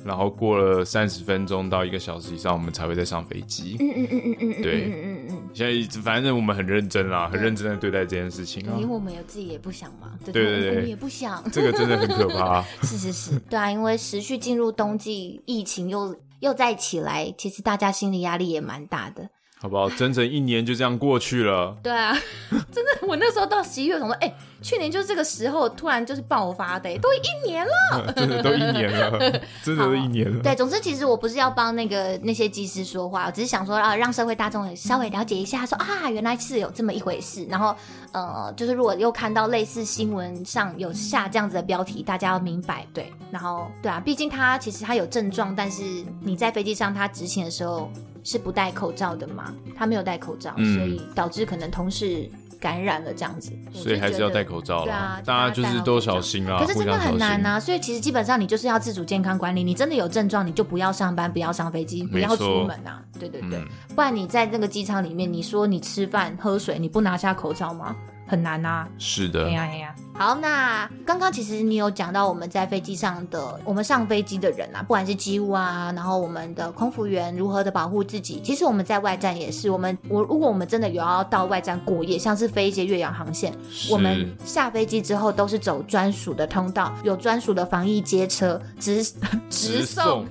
C: 然后过了三十分钟到一个小时以上，我们才会再上飞机。
A: 嗯嗯嗯嗯嗯嗯，
C: 对
A: 嗯嗯嗯嗯。
C: 现在一直反正我们很认真啦，很认真的对待这件事情啊
A: 因为。我们有自己也不想嘛，对
C: 对
A: 我
C: 对对
A: 们我们也不 想。
C: 这个真的很可 怕，
A: 是是是，对啊，因为持续进入冬季，疫情又又再起来，其实大家心理压力也蛮大的。
C: 好不好？整整一年就这样过去 了。
B: 对啊，
A: 真的，我那时候到十一月，我想说，哎、去年就是这个时候突然就是爆发的、哎都一年了。
C: 真的都一 年了，真的都一年了。
A: 对，总之其实我不是要帮那个那些技师说话，我只是想说啊，让社会大众也稍微了解一下，说啊，原来是有这么一回事。然后呃，就是如果又看到类似新闻上有下这样子的标题，大家要明白对。然后对啊，毕竟他其实他有症状，但是你在飞机上他执勤的时候是不戴口罩的嘛，他没有戴口罩，
C: 嗯
A: 所以导致可能同事感染了这样子，我
C: 所以
A: 就
C: 还
A: 觉
C: 是要
A: 得
C: 戴口罩
A: 对
C: 啦
A: 啊，
C: 大家就是都小心啦，
A: 可是
C: 啊互
A: 真的
C: 相小
A: 很难
C: 心。
A: 啊，所以其实基本上你就是要自主健康管理。你真的有症状，你就不要上班，不要上飞机，不
C: 没
A: 要
C: 错
A: 出门啊！对对对，
C: 嗯，
A: 不然你在那个机场里面，你说你吃饭喝水，你不拿下口罩吗？很难啊！
C: 是的
A: 哎，呀哎呀，好，那刚刚其实你有讲到我们在飞机上的，我们上飞机的人啊，不管是机务啊，然后我们的空服员如何的保护自己。其实我们在外站也是，我们我如果我们真的有要到外站过夜，像是飞一些越洋航线，
C: 是
A: 我们下飞机之后都是走专属的通道，有专属的防疫街车 直
C: 直
A: 直
C: 送
A: 送，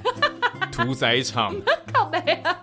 C: 屠宰 场
B: 靠北啊，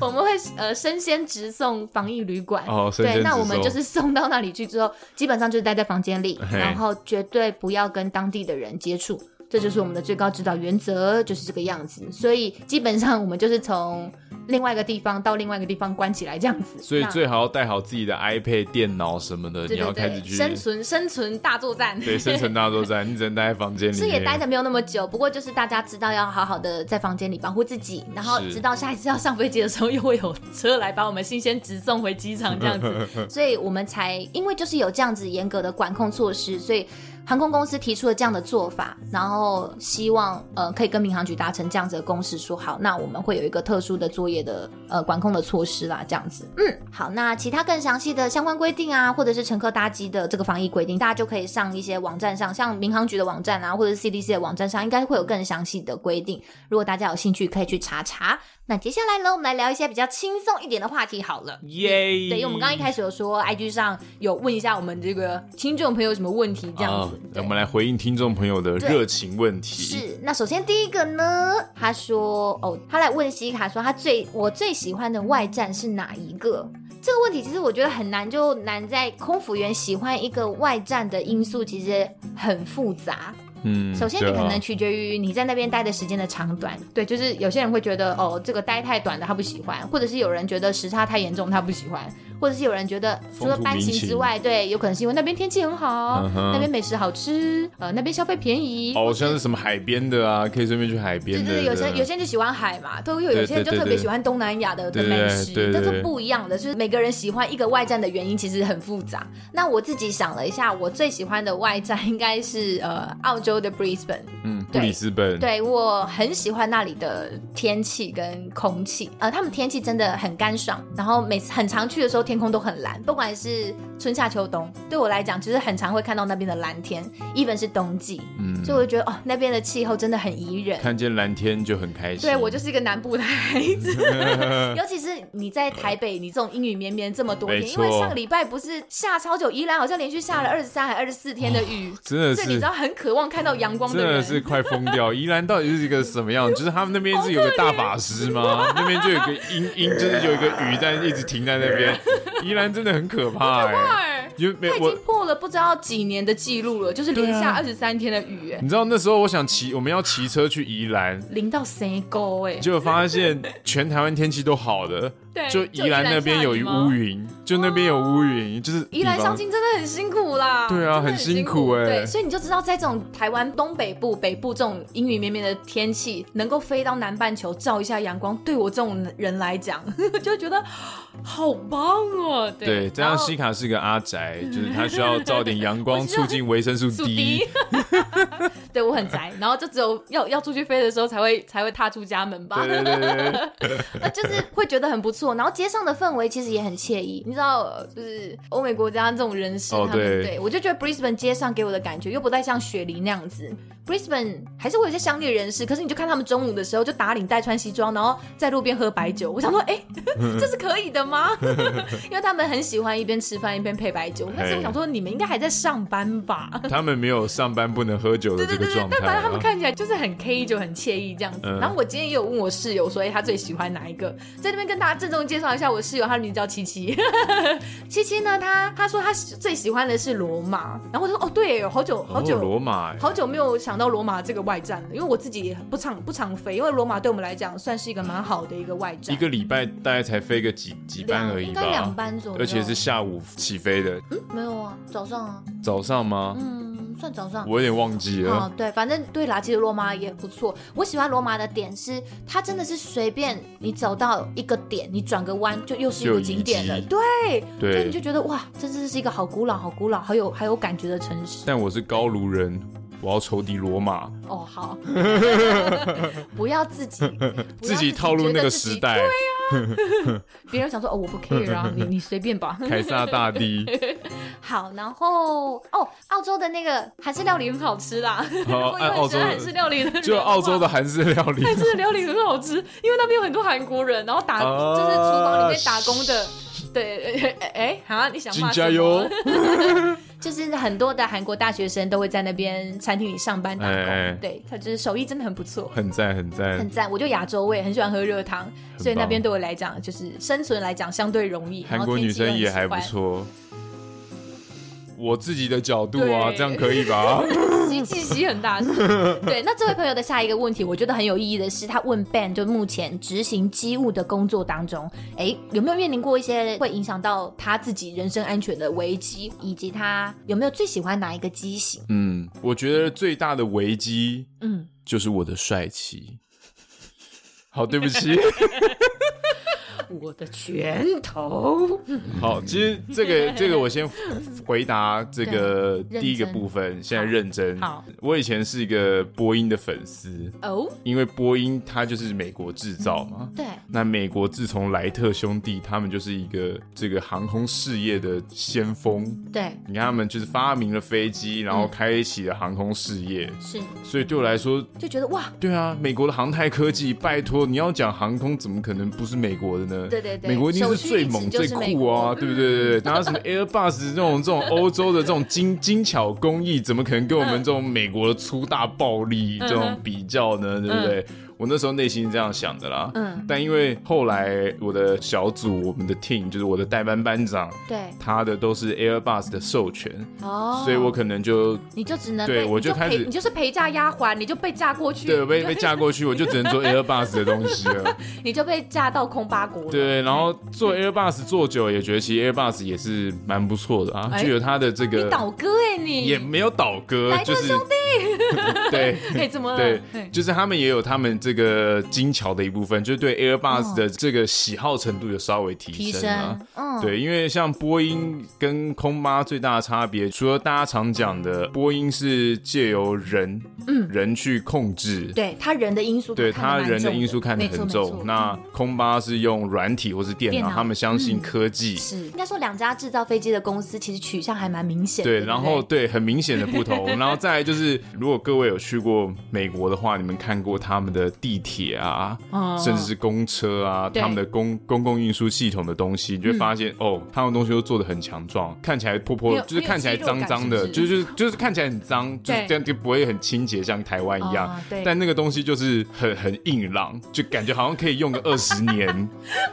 A: 我们会呃身先直送防疫旅馆。
C: 哦，生
A: 对，
C: 鲜
A: 那
C: 直
A: 我们
C: 送
A: 就是送到那里去之后，基本上就是待在房间里，
C: 嘿
A: 然后绝对不要跟当地的人接触，这就是我们的最高指导原则，就是这个样子。所以基本上我们就是从另外一个地方到另外一个地方关起来这样子。
C: 所以
A: 那
C: 最好要带好自己的 iPad、电脑什么的，你
B: 对
C: 要
B: 对
C: 开始去
B: 对，生存生存大作战，
C: 对生存大作战，你只能待在房间里
A: 是
C: 面，
A: 也待的没有那么久，不过就是大家知道要好好的在房间里保护自己，然后
C: 是
A: 知
B: 直
A: 道，
B: 到下一次要上飞机的时候，又会有车来把我们新鲜直送回机场这样 子。
A: 所以我们才因为就是有这样子严格的管控措施，所以航空公司提出了这样的做法，然后希望呃可以跟民航局达成这样子的共识，说好，那我们会有一个特殊的作业的呃管控的措施啦，这样子。嗯，好，那其他更详细的相关规定啊，或者是乘客搭机的这个防疫规定，大家就可以上一些网站上，像民航局的网站啊，或者是 CDC 的网站上，应该会有更详细的规定。如果大家有兴趣，可以去查查。那接下来呢，我们来聊一些比较轻松一点的话题好了。
C: 耶。
A: 对，因为我们刚刚一开始有说，IG 上有问一下我们这个听众朋友有什么问题这样子
C: 啊。
A: 对
C: 我们来回应听众朋友的
A: 对
C: 热情问题。
A: 是，那首先第一个呢，他说哦，他来问西卡说他最我最喜欢的外站是哪一个？这个问题其实我觉得很难，就难在空服员喜欢一个外站的因素其实很复杂。
C: 嗯，
A: 首先，你
C: 对啊
A: 可能取决于你在那边待的时间的长短。对，就是有些人会觉得，哦，这个待太短的他不喜欢，或者是有人觉得时差太严重他不喜欢，或者是有人觉得除了
C: 风土
A: 班
C: 民
A: 型
C: 情
A: 之外，对，有可能是因为那边天气很好，
C: 嗯哼
A: 那边美食好吃，呃，那边消费便宜。
C: 哦，像是什么海边的啊，可以顺便去海
A: 对
C: 边的。
A: 对对，有些有
C: 些
A: 些人就喜欢海嘛，都有
C: 对
A: 有些人就
C: 对对
A: 特别
C: 对
A: 喜欢东南亚的的
C: 对
A: 美
C: 对
A: 食，
C: 对对
A: 这
C: 对
A: 是不一样的。就是每个人喜欢一个外站的原因其实很复杂。那我自己想了一下，我最喜欢的外站应该是呃澳洲的 Brisbane，
C: 嗯，布里斯本，
A: 对我很喜欢那里的天气跟空气，呃，他们天气真的很干爽，然后每次很常去的时候天空都很蓝，不管是春夏秋冬，对我来讲就是很常会看到那边的蓝天，even 是冬季，
C: 嗯，
A: 所以我就觉得哦，那边的气候真的很宜人。
C: 看见蓝天就很开心。
A: 对我就是一个南部的孩子， 尤其是你在台北，你这种阴雨绵绵这么多
C: 没
A: 天，因
C: 错
A: 为上个礼拜不是下超久，宜兰好像连续下了二十三还二十四天的雨，
C: 真的
A: 所以你
C: 啊是
A: 知道很渴望看到阳光
C: 真
A: 的人，
C: 的是快疯 掉！宜兰到底是一个什么样？就是他们那边是有个大法师
A: 啊
C: 吗？那边就有个阴阴，就是有一个雨在一直停在那 边。宜兰真的很可怕哎、因为没
A: 欸他已
C: 我
A: 经，破了不知道几年的记录了，就是连下
C: 对啊
A: 二十三天的雨、哎、
C: 你知道那时候我想骑，我们要骑车去宜兰，
A: 淋到谁沟哎，
C: 结果发现全台湾天气都好的，
B: 对，
C: 就宜兰那边有
B: 一
C: 乌，云，就那边有乌云，就是
B: 哦宜兰
C: 比方
B: 相亲真的很辛苦啦。
C: 对啊
B: 真的
C: 很
B: 很
C: 辛苦
B: 苦
C: 欸
B: 对，所以你就知道，在这种台湾东北部、北部这种阴雨绵绵的天气，能够飞到南半球照一下阳光，对我这种人 来讲，就觉得好棒哦。
C: 对，这样
B: 然后嗯
C: 西卡是个阿宅，就是他需要照点阳光，
B: 我需要
C: 促进维生素 D。，
B: 对我很宅，然后就只有要要出去飞的时候才会才会踏出家门吧。
C: 对对对对对，
B: 呃， 就是会觉得很不错。然后街上的氛围其实也很惬意，你知道，呃就是欧美国家这种人士，
C: 哦
B: 他们
C: 对
B: 我就觉得 Brisbane 街上给我的感觉又不太像雪梨那样子。Brisbane 还是会有一些乡里人士，可是你就看他们中午的时候就打领带、穿西装，然后在路边喝白酒。我想说，哎、这是可以的吗？ 因为他们很喜欢一边吃饭一边配白酒。但是我想说，你们应该还在上班吧？
C: 他们没有上班不能喝酒的
B: 对
C: 这
B: 对
C: 个
B: 对对
C: 状，态
B: 但反正他们
C: 啊。
B: 看起来就是很 K 就很惬意这样子。
C: 嗯
B: 然后我今天也有问我室友说，哎、他最喜欢哪一个？在那边跟大家郑重介绍一下，我室友他名字叫七七。 七七呢，他他说他最喜欢的是罗马，然后我就说哦，对耶，有好久好久、
C: 哦罗马欸，
B: 好久没有想到罗马这个外站了，因为我自己也不常不常飞，因为罗马对我们来讲算是一个蛮好的一个外站，
C: 一个礼拜大概才飞个几几班
B: 两
C: 而已
B: 应该两
C: 吧，
B: 班左右，嗯
C: 而且是下午起飞的，
A: 没有啊，早上啊，
C: 早上吗？
A: 嗯，算早上。
C: 我有点忘记了
A: 哦，。对，反正对啦，其实罗马也不错。我喜欢罗马的点是，它真的是随便你走到一个点，你转个弯就又是一
C: 就有
A: 个
C: 遗
A: 景点了。
C: 迹
A: 对，就
C: 对
A: 你就，觉得哇，这真的是一个好古老、好古老、好有好有感觉的城市。
C: 但我是高卢人，我要仇敌罗马，
A: 哦， 好，不要自己不要
C: 自己套路
A: 觉得
C: 那个
A: 自己
C: 时，代，
A: 别人想说哦，我不 care 啊，你你随便 吧。
C: 凯撒大帝。
A: 好，然后哦，澳洲的那个
B: 韩式料理很好吃啦。
C: 好，
B: 我
C: 按
B: 也
C: 哦哎澳
B: 很喜
C: 洲
B: 欢韩式料理的人，
C: 就澳洲的韩式料理，
B: 泰式的料理很好吃，因为那边有很多韩国人，然后打、
C: 啊
B: 就是厨房里面打工的，对，哎、哎，好、你想
C: 金
B: 骂
C: 加
B: 什么
C: 油！
B: 就是很多的韩国大学生都会在那边餐厅里上班打工，
C: 哎哎
B: 对他就是手艺真的很不错。
C: 很赞很赞
B: 很，赞，我就亚洲味，很喜欢喝热汤，
C: 棒
B: 所以那边对我来讲就是生存来讲相对容易。
C: 韩
B: 然后
C: 国
B: 天
C: 女
B: 气又
C: 生
B: 很
C: 也还
B: 喜
C: 不
B: 欢。
C: 错。我自己的角度啊，
B: 对
C: 这样可以 吧？
B: 吸
C: 嗯
B: 气息很大声。
A: 对，那这位朋友的下一个问题，我觉得很有意义的是，他问 Ben 就目前执行机务的工作当中，哎，有没有面临过一些会影响到他自己人身安全的危机，以及他有没有最喜欢哪一个机型？
C: 嗯，我觉得最大的危机
A: 嗯，
C: 就是我的帅气。好，对不 起。
A: 我的拳头，
C: 好，其实这 个这个我先回答这个
A: 对
C: 第一个
A: 认真
C: 部分，现在认真。
B: 好，
C: 我以前是一个波音的粉丝，
B: 哦，
C: 因为波音它就是美国制造嘛。
A: 对，
C: 那美国自从莱特兄弟，他们就是一个这个航空事业的先锋。
A: 对，
C: 你看，他们就是发明了飞机，然
A: 嗯
C: 后开启了航空事业。
A: 是，
C: 所以对我来说，
A: 就觉得哇，
C: 对啊，美国的航太科技，拜托，你要讲航空，怎么可能不是美国的呢？
A: 对对对
C: 美国一定是最猛、
A: 首屈一
C: 最
A: 指就是美
C: 酷
A: 国
C: 啊，对不对？对 对对，然后什么 Airbus 这种这种欧洲的这种精精巧工艺，怎么可能跟我
A: 嗯
C: 们这种美国的粗大暴力这种比较呢？对不对？
A: 嗯
C: 我那时候内心是这样想的啦，嗯，但因为后来我的小组，我们的 team 就是我的代班班长，
A: 对，
C: 他的都是 Airbus 的授权，
A: 哦，
C: 所以我可能就
A: 你就只能
C: 对
A: 被
C: 我
A: 你就
C: 就开
A: 陪
C: 始
A: 你就是陪嫁丫鬟，你就被嫁过去，
C: 对被被嫁过去，我就只能做 Airbus 的东西了。
A: 你就被嫁到空八国了，
C: 对，然后做 Airbus 做久了也觉得其实 Airbus 也是蛮不错的啊，
B: 哎
C: 就有它的这
B: 你
C: 个
B: 倒戈
A: 欸
B: 哎你，
C: 也没有倒戈，就是兄弟， 对
B: 哎怎么了？
C: 对，就是他们也有他们这个精巧的一部分，就是对 Airbus 的这个喜好程度有稍微提
A: 提
C: 升啊
A: 升。，嗯，
C: 对，因为像波音跟空妈最大的差别，除了大家常讲
A: 嗯
C: 的波音是借由人，嗯，人去控制，
A: 对他人的因素，
C: 对
A: 看
C: 他
A: 得蛮
C: 人的
A: 重
C: 因素看得
A: 没错
C: 很
A: 没错嗯
C: 重。那空巴是用软体或是电
A: 电
C: 脑，
A: 脑嗯
C: 他们相信科技。
A: 是，应该说两家制造飞机的公司其实取向还蛮明显的。
C: 对，
A: 不
C: 然后对很明显的不同，然后再来就是，如果各位有去过美国的话，你们看过他们的地铁啊，
A: 哦
C: 甚
B: 嗯
C: 至是公车啊，
A: 对
C: 他们的公公共运输系统的东西，你就会发现、哦，他们东西都做的很强壮，看起来破破
B: 嗯没，有
C: 就是看起来
B: 没有肌肉感
C: 脏脏的，
B: 是不
C: 就是就是就是看起来很脏，就是
B: 对
C: 这样就不会很清洁，像台湾一样。
A: 哦对
C: 但那个东西就是很很硬朗，就感觉好像可 以用个二十年。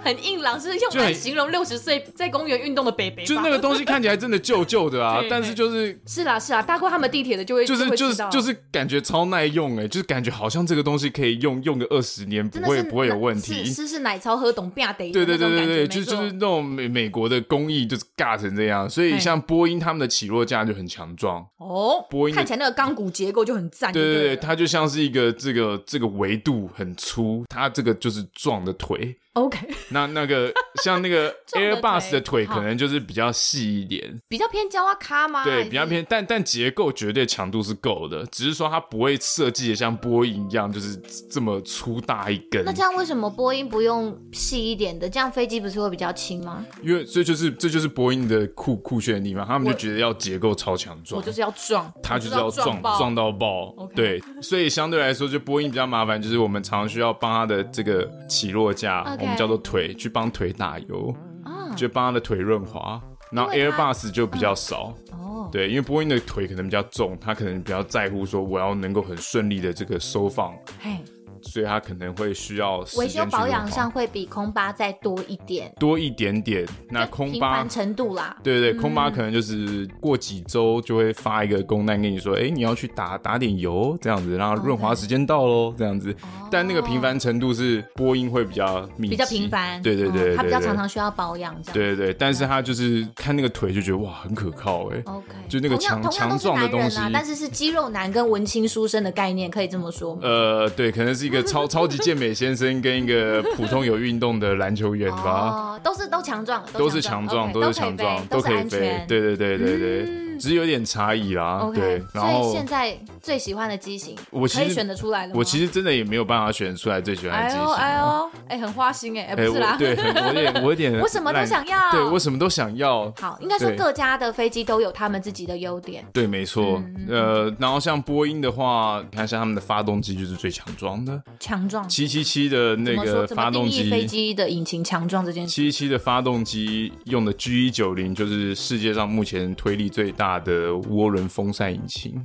B: 很硬朗，是用
C: 就很
B: 来形容六十岁在公园运动的北北吧。，
C: 就是那个东西看起来真的旧旧的啊
B: 对哎
C: 但是就是
B: 是啦是啦，搭过他们地铁的就会
C: 就是
B: 会
C: 就就是就是感觉超耐用哎、就是感觉好像这个东西可以用用个二十年不
A: 真的
C: 会
A: 是
C: 不会有问题。
A: 是是是奶超喝懂吧得
C: 对
A: 的那
C: 对对
A: 种
C: 对
A: 感觉，
C: 对，就是就是那种美美国的工艺就是尬成这样，所以
A: 嘿
C: 像波音他们的起落架就很强壮。
A: 哦
C: 波音的
A: 看起来那个钢骨结构就很赞，
C: 对
A: 对
C: 对对，
A: 了
C: 它就像是一个这个这个维度很粗，它这个就是壮的腿。
A: OK，
C: 那那个 像那个
B: 壮的腿
C: Airbus 的腿可
A: 好
C: 能就是比较细一点，
A: 比较偏焦啊咖吗？还
C: 对，
A: 是
C: 比较。偏，但但结构绝对强度是够的，只是说它不会设计的像波音一样就是这么粗大一根
A: 那。这样为什么波音不用细一点的？这样飞机不是会比较轻吗？
C: 因为这就是这就是波音的酷酷炫的地方，他们就觉得要结构超强壮，
A: 我就是要撞，
C: 他就是
A: 我
C: 要
A: 撞
C: 撞
A: 爆
C: 撞到爆。对，所以相对来说，就波音比较麻烦，就是我们常需要帮它的这个起落架
B: OK
C: 我们叫做腿，去帮腿打油，
A: 啊！
C: 就帮它的腿润滑。然后
A: 因为它
C: Airbus 就比较少，
A: 哦，
C: 对，因为波音的腿可能比较重，它可能比较在乎说我要能够很顺利的这个收放，
A: 嘿，
C: 所以它可能会需要时
A: 维
C: 间去
A: 修保养
C: 润滑
A: 上会比空巴再多一点，
C: 多一点点。那
A: 就
C: 空
A: 频
C: 巴
A: 繁程度啦。
C: 对对，空巴可能就是过几周就会发一个公单跟你说，哎，你要去打打点油这样子，然后润滑时间到
A: 哦
C: 喽这样子。但那个频繁程度是波音会比较密
A: 比
C: 集
A: 较频繁，
C: 对对对，
A: 嗯它比较
C: 对
A: 常常。需要保养，这样。
C: 对对对，但是他就是看那个腿就觉得哇，很可靠哎、
A: OK，
C: 就那个
A: 同样
C: 强
A: 同样都
C: 强
A: 是
C: 壮的
A: 男
C: 东
A: 人
C: 西
A: 啊，，但是是肌肉男跟文青书生的概念，可以这么说吗？
C: 呃，对，可能是 一个超超级健美先生跟一个普通有运动的篮球员吧。
A: 哦，都是都强壮，
C: 都是强壮，
A: OK，
C: 都是强壮，
A: 都
C: 都
A: 可
C: 可
A: 以
C: 以飞
A: 飞，。嗯
C: 对对对对对，只是有点差异啦。
A: OK，
C: 对，
A: 所
C: 然后
A: 以现在最喜欢的机型，
C: 我其
A: 可
C: 实
A: 以选得出来了吗？
C: 我其
A: 实
C: 实真的也没有办法选出来最喜欢的
A: 哎
C: 机
A: 呦
C: 型。啊
A: 哎呦，哎，很花心哎，哎不是啦
C: 我， 对，很我有点我有点
A: 我什么都
C: 懒
A: 想要
C: 对我什么都想要。
A: 好，应该说
C: 对
A: 各家的飞机都有他们自己的优点。
C: 对，没错，
A: 嗯
C: 呃，然后像波音的话，你看像他们的发动机就是最强壮的，
A: 强壮，
C: 七七七的那
A: 怎么说
C: 个
A: 怎
C: 发
A: 么定
C: 动
A: 义飞
C: 机，
A: 机的引擎强壮这件事？
C: 七七的发动机用的 G 一九零就是世界上目前推力最大的涡轮风扇引擎，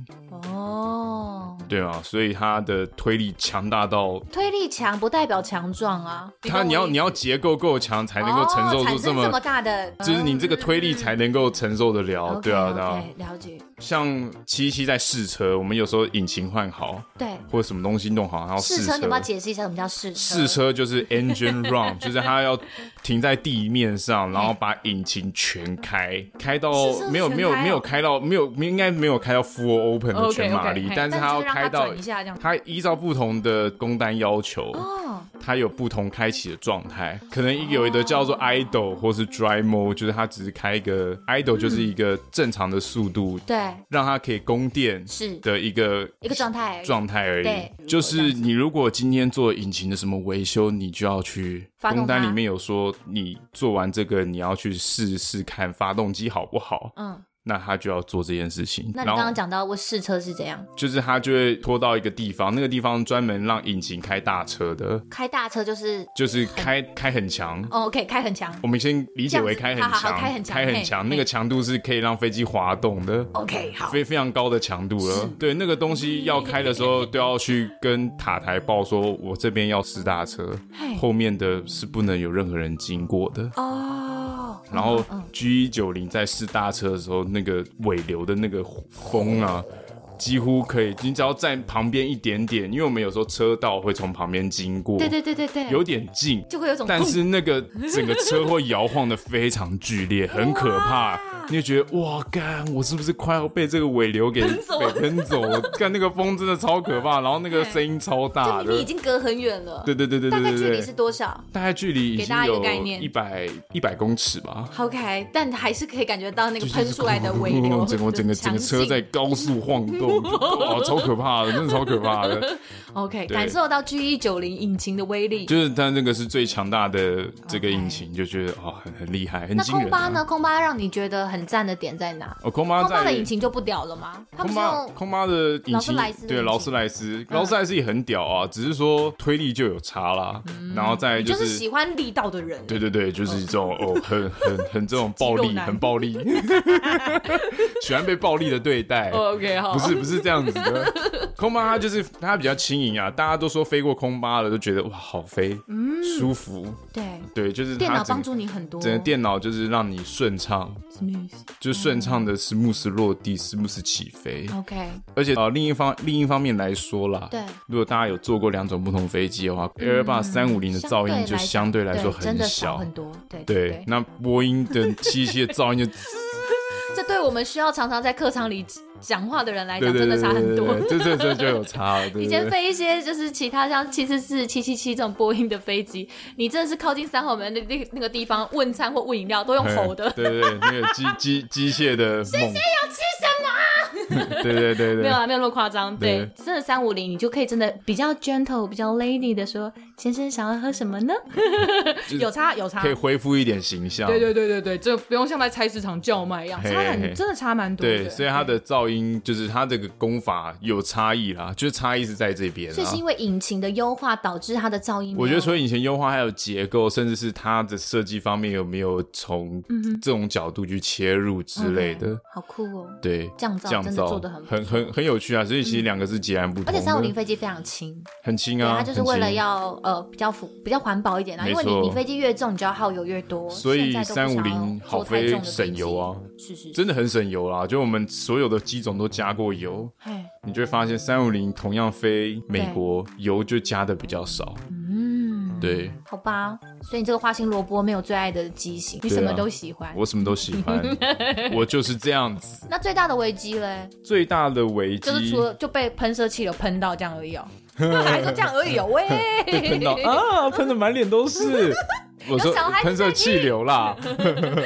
A: 哦，
C: 对啊，所以它的推力强大到
A: 推力强不代表强壮啊，
C: 它，你要你要结构够强才能够承受
A: 哦
C: 住
A: 产
C: 这
A: 生
C: 么
A: 这么大的，
C: 就是你这
A: 哦
C: 个推力才能够承受得了，
A: 嗯 OK，
C: 对啊，对啊。
A: OK，了解，
C: 像七七在试车，我们有时候引擎换好，
A: 对。
C: 或者什么东西弄好，然后
A: 试
C: 试
A: 车，
C: 车。
A: 你要不要解释一下什么叫试车？
C: 试车就是 engine run，就是它要停在地面上，然后把引擎全开，开到
A: 试车是
C: 没有
A: 全
C: 没有
A: 开哦
C: 没有开到没有应该没有开到 full open 的
B: OK，OK，
C: 全马力
B: 嘿，
C: 但是它要
A: 但是就让它
C: 开到
A: 转一下这样
C: 它依照不同的工单要求，
A: 哦，
C: 它有不同开启的状态，可能有的叫做 idle 或是 dry mode，就是它只是开一个 idle，就是一个正常的速度，
A: 对，
C: 让它可以供电
A: 是
C: 的一个
A: 一个状态而已
C: 状态而
A: 对
C: 已。就是你如果今天做引擎的什么维修，你就要去
A: 发动
C: 工
A: 它
C: 单里面有说，你做完这个你要去试试看发动机好不好，
A: 嗯，
C: 那他就要做这件事情。
A: 那你
C: 然
A: 刚
C: 后
A: 刚讲到我试车是怎样？
C: 就是他就会拖到一个地方，那个地方专门让引擎开大车的。
A: 开大车就是
C: 就是开开很强，
A: 哦，OK，开很强
C: 我们先理解为开很强，
A: 这样子好好好开很强嘿嘿
C: 那
A: 哦
C: 个强度是可以让飞机滑动的。
A: ，OK，好，
C: 非非常高的强度了，对那个东西要开的时候，都要去跟塔台报说，我这边要试大车
A: 嘿，
C: 后面的是不能有任何人经过的。
A: 哦，
C: 然后 G 一九零在试大车的时候，那个尾流的那个风啊，几乎可以，你只要站旁边一点点，因为我们有时候车道会从旁边经过，
A: 对对对对对，
C: 有点近，
A: 就会有种
C: 但
A: 砰
C: 是那个整个车会摇晃的非常剧烈，很可怕。你就觉得哇，干，我是不是快要被这个尾流给
B: 喷走
C: 被喷走了？干，那个风真的超可怕，然后那个声音超大
A: 就
C: 的
A: 明明已。经隔很远了，
C: 对对对对
A: 大
C: 对
A: 概距
C: 对
A: 离是
C: 对，
A: 多少
C: 大概距离已
A: 给
C: 经
A: 大家一个
C: 有
A: 概念
C: 一百一百公尺吧。
A: ？OK，但还是可以感觉到那个
C: 就是
A: 喷出来的尾流，
C: 整个整个整个车在
A: 强劲
C: 高速晃动，哇，超可怕的，真的超可 怕的。
A: OK，
C: 对
A: 感受到 G 一九零引擎的威力。
C: 就是它那个是最强大的这个引擎，就觉得哦，很很厉害，很
A: 那
C: 惊人、啊。
A: 空巴呢？空巴让你觉得很赞的点在哪？
C: 哦，空巴
A: 空
C: 在
A: 巴的引擎就不屌了吗？它不
C: 空
A: 是
C: 巴
A: 用
C: 空巴的引
A: 劳斯
C: 擎
A: 莱斯的
C: 对
A: 引
C: 劳
A: 擎嗯
C: 斯莱斯，劳斯莱斯也很屌啊，只是说推力就有差啦，然后再来
A: 嗯就是是喜欢力道的人，
C: 对对对，就是这种哦，很很 很这种暴
B: 肌肉
C: 力，
B: 男
C: 很暴力，喜欢被暴力的对待，
A: 哦
B: OK，好，
C: 不是不是这样子的。空巴它就是它比较轻盈啊，大家都说飞过空巴了，都觉得哇好飞，
A: 嗯，
C: 舒服。
A: 对，
C: 对，就是它
A: 电脑
C: 整
A: 帮助你很多。
C: 整个电脑就是让你顺畅，
A: 什么意思
C: 就是顺畅的 smooth 落地，smooth 起飞。
A: 哦？OK，
C: 而且呃，另一方另一方面来说啦，
A: 对
C: 如果大家有坐过两种不同飞机的话、a
B: 嗯
C: i r b u s 三五
A: 嗯
C: 零的噪音就相对来说
A: 真
C: 很
A: 的
C: 小，
A: 少很多。对
C: 对，
A: 对，
C: 那波音的七七的噪音 就
B: 这对我们需要常常在客场里讲话的人来
C: 对
B: 讲，
C: 对
B: 真
C: 对
B: 的差很
C: 对对
B: 多。
C: 对，这这这就有差 了。对
B: 以
C: 对
B: 前
C: 对，
B: 飞一些就是其他像七四四、七七七这种波音的飞机，你真的是靠近三号门的那那个地方问餐或问饮料都用吼的
C: 嗯，对对，对那个机机机械的猛，谁要吃什么？ 对对对
B: 没有
C: 对，
B: 啊，没有那么夸张。对，真的三五零，你就可以真的比较 gentle、比较 lady 的说，先生想要喝什么呢？
C: 就是
B: 有差有差
C: 可，以恢复一点形象。
B: 对对对对对，这不用像在菜市场叫卖一样。
C: 嘿
A: 差
C: 嘿嘿
A: 很真的差蛮多的。
C: 对，所以它的噪音就是它这个功法有差异啦，就是差异是在这边
A: 所以
C: 啊
A: 是。因为引擎的优化导致它的噪音没有。
C: 我觉得除了以前优化，还有结构，甚至是它的设计方面有没有从这种角度去切入之类的。
A: 嗯 OK，好酷哦，
C: 对，
A: 降噪
C: 降
A: 真的做得很不
C: 很
A: 嗯
C: 很很有趣啊！所以其实两个是截然不同
A: 而
C: 的，
A: 且三五零飞机非常轻，
C: 很轻
A: 对，
C: 啊，
A: 它就是
C: 很轻
A: 为了要呃比较符比较环保一点啊，
C: 没
A: 因
C: 错
A: 为你你飞机越重，你就要耗油越多，
C: 所以
A: 现在都不想要
C: 350好
A: 坐太重的
C: 飞省油啊
A: 飞机，是是
C: 真
A: 的，
C: 的很省油啦。就我们所有的机种都加过油，
A: 嘿，
C: 你就会发现三五零同样飞美
A: 对
C: 国，油就加的比较少。
A: 嗯，
C: 对
A: 好吧，所以你这个花心萝卜没有最爱的机型，你
C: 对啊
A: 什么都喜欢。
C: 我什么都喜 欢，我就是这样子。
A: 那最大的危机嘞，
C: 最大的危机
A: 就是除了就被喷射器有喷到这样而 已哦， 还说这样而已哦，喂，
C: 被喷 到啊，喷的满脸都是。 我说
A: 有小孩子
C: 喷射气流啦。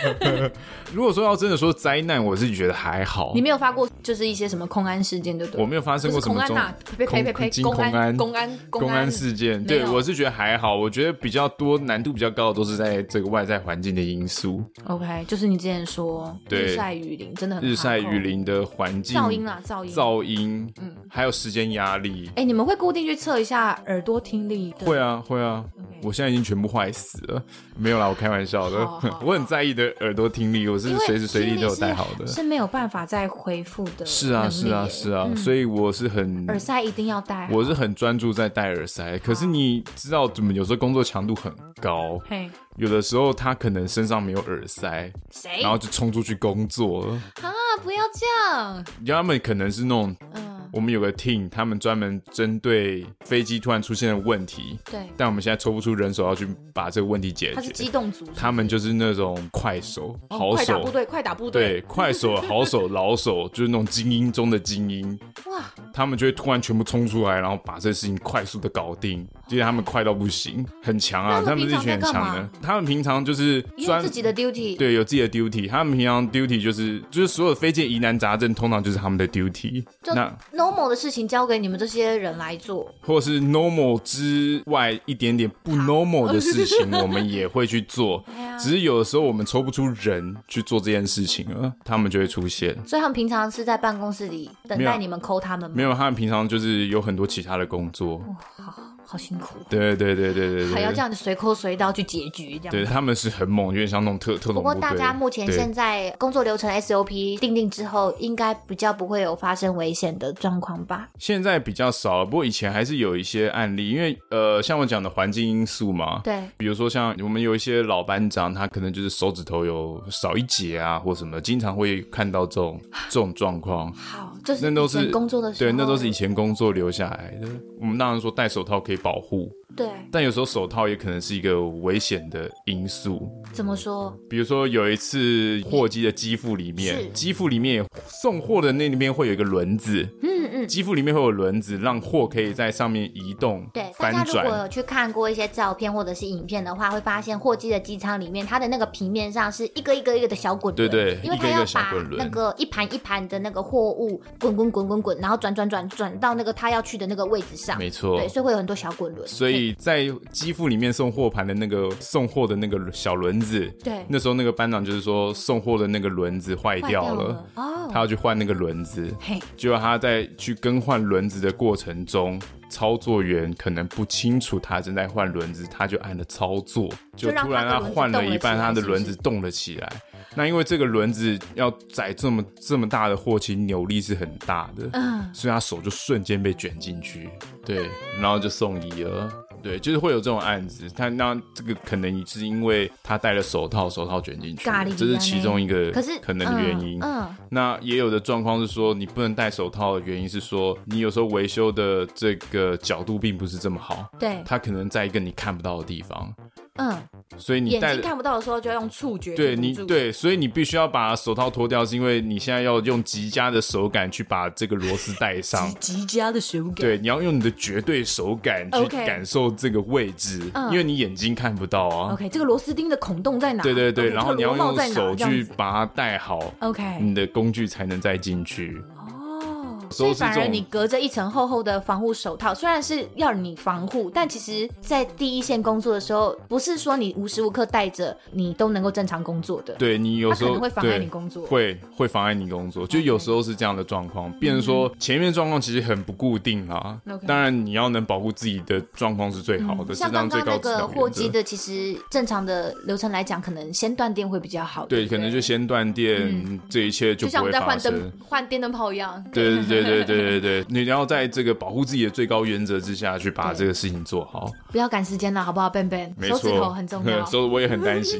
C: 如果说要真的说灾难，我是觉得还好
A: 你。没有发过就是一些什么空安事件，对不对？
C: 我没有发生过
A: 不是
C: 什么
A: 空安
C: 中
A: 呐，呸呸呸呸呸，
C: 金
A: 公
C: 安
A: 安公安
C: 公安事件，对
A: 没有
C: 我是觉得还好。我觉得比较多难度比较高的都是在这个外在环境的因素，
A: OK，就是你之前说
C: 对
A: 日晒雨淋，真的很
C: 日晒
A: 哈扣
C: 雨，淋的环境
A: 噪音啦，啊噪音。
C: 噪音，
A: 嗯
C: 还有时间压力。
A: 哎、你们会固定去测一下耳朵听力的？
C: 会啊，会啊
A: OK
C: 我现在已经全部坏死了，没有啦，我开玩笑的
A: 好好好。
C: 我很在意的耳朵听力，我是啊
A: 因为
C: 随时随地
A: 听力
C: 都有
A: 是
C: 带好的。
A: 是没有办法再恢复的。
C: 是啊，是啊，是。啊，所以我是很，
A: 耳塞一定要戴。
C: 我是很专注在戴耳塞。可是你知道，怎么有时候工作强度很高，
A: 嘿，
C: 有的时候他可能身上没有耳塞，
A: 谁
C: 然后就冲出去工作了。
B: 啊，不要这样，
C: 你知道他们可能是那种，
A: 嗯，
C: 我们有个 team，他们专门针对飞机突然出现的问题，
A: 对，
C: 但我们现在抽不出人手要去把这个问题解
A: 他是机
C: 决。
A: 动组是不是，哦
C: 他们就是那种快手、好
A: 快打部
C: 手，
A: 队，快打部
C: 对，
A: 队。
C: 快手、好手、老手， 就是那种精英中的精英。
A: 哇，
C: 他们就会突然全部冲出来，然后把这事情快速的搞定，就是他们快到不行，很强啊！
A: 那
C: 他
A: 他们
C: 们这群很
A: 平
C: 强
A: 常在
C: 的
A: 干，
C: 他们平常就是
A: 因为
C: 专
A: 自己的 duty。
C: 对有自己的 duty，他们平常 duty 就是就是所有非界疑难杂症，通常就是他们的 duty。
A: 就
C: 那
A: normal 的事情交给你们这些人来做，
C: 或是 normal 之外一点点不 normal 的 事情，我们也会去做
A: 哎呀，
C: 只是有的时候我们抽不出人去做这件事情了，他们就会出现。
A: 所以他们平常是在办公室里等
C: 没有
A: 待你们抠他们吗？
C: 没有，他们平常就是有很多其他的工作。
A: 好好辛苦，
C: 对对对对对对，
A: 还要这样子随抠随到去结局这样。
C: 对，他们是很猛，有点像那种特特种
A: 不
C: 部队。
A: 过大家目前
C: 对
A: 现在工作流程 SOP 定定之后，应该比较不会有发生危险的状况吧？
C: 现在比较少了，不过以前还是有一些案例，因为呃，像我讲的环境因素嘛，
A: 对，
C: 比如说像我们有一些老班长，他可能就是手指头有少一节啊，或什么，经常会看到这种这种 状况。
A: 好，就是
C: 那都
A: 以前
C: 是
A: 工作的时候，
C: 对，那都是以前工作留下来的。我们当然说戴手套可以保护，
A: 对，
C: 但有时候手套也可能是一个危险的因素。
A: 怎么说？
C: 比如说有一次货机的机腹里
A: 是
C: 面，机腹里面送货的那里面会有一个 轮子，
A: 嗯嗯。
C: 机腹里面会有轮子，让货可以在上面移动、
A: 对，大家
C: 翻
A: 如果
C: 转。
A: 有去看过一些照片或者是影片的话，会发现货机的机舱里面，它的那个平面上是一个一个一个的小滚轮，
C: 对对
A: 因为它
C: 一个一
A: 要
C: 个小
A: 把
C: 滚轮
A: 那个一盘一盘的那个货物滚滚滚滚滚，然后转转转转到那个它要去的那个位置上，
C: 没错
A: 对，，所以会有很多小滚轮，
C: 所以在机腹里面送货盘的那个送货的那个小轮子，
A: 对
C: 那时候那个班长就是说送货的那个轮子坏
A: 坏
C: 掉
A: 了
C: 了。
A: 哦，
B: 哦
C: 他要去换那个轮子，
B: 嘿，
C: 结果他在去更换轮子的过程中，操作员可能不清楚他正在换轮子，他就按了操作，
A: 就
C: 就
A: 让
C: 突然
A: 他的
C: 他
A: 轮子
C: 换
A: 动
C: 了
A: 了
C: 一半，
A: 起来
C: 他的
A: 是不
C: 轮
A: 是
C: 子动了起来。那因为这个轮子要载这么这么大的货，其实扭力是很大的，
B: 嗯，
C: 所以他手就瞬间被卷进去，对，然后就送医了。对，就是会有这种案子，但那这个可能是因为他戴了手套，手套卷进去
A: 咖
C: 了
A: 喱，
C: 这是其中一个
A: 可是
C: 可能原因。
A: 嗯，
C: 那也有的状况是说，你不能戴手套的原因是说，你有时候维修的这个角度并不是这么好，
A: 嗯对，
C: 它可能在一个你看不到的地方，
A: 嗯，
C: 所以你
A: 眼
C: 戴
A: 睛
C: 了。
A: 看不到的时候就要用触觉
C: 对
A: 去
C: 你
A: 捕捉
C: 对，所以你必须要把手套脱掉，是因为你现在要用极佳的手感去把这个螺丝戴上。
A: 极佳的手感，
C: 对，你要用你的绝对手感去
A: OK
C: 感受这个位置
A: 嗯
C: 因为你眼睛看不到啊。
A: OK，这个螺丝钉的孔洞在哪？
C: 对对对
A: OK，
C: 然后你
A: 这个
C: 要
A: 螺帽
C: 用
A: 在哪
C: 手
A: 这样
C: 去
A: 子
C: 把它戴好
A: OK，
C: 你的工具才能再进去。
A: 哦，
C: 所
A: 所
C: 以
A: 以
C: 是这
A: 反而
C: 种
A: 你隔着一层厚厚的防护手套，虽然是要你防护，但其实在第一线工作的时候，不是说你无时无刻戴着，你都能够正常工作的。，
C: 对你有
A: 它
C: 时
A: 可
C: 候
A: 能会妨碍
C: 对
A: 你工作。嗯
C: 会会妨碍你工作，就有时候是这样的状况。变成说前面状况其实很不固定啦
A: OK 嗯
C: 当然你要能保护自己的状况是最好的，是
A: 像
C: 这样
A: 刚
C: 最
A: 刚那
C: 高质
A: 个
C: 量
A: 货
C: 原则
A: 机。的，其实正常的流程来讲，可能先断电会比较好。
C: 对，可能就先断电，这一切
A: 嗯就
C: 就不
A: 像我
C: 会
A: 们在
C: 发
A: 换
C: 生
A: 灯。换电灯泡一样。
C: 对对对对对对对，你要在这个保护自己的最高原则之下去把
A: 对
C: 这个事情做好。
A: 不要赶时间了，好不好笨笨，
C: 没
A: 手
C: 错，
A: 指头很重 要。
C: 手我也很担 心，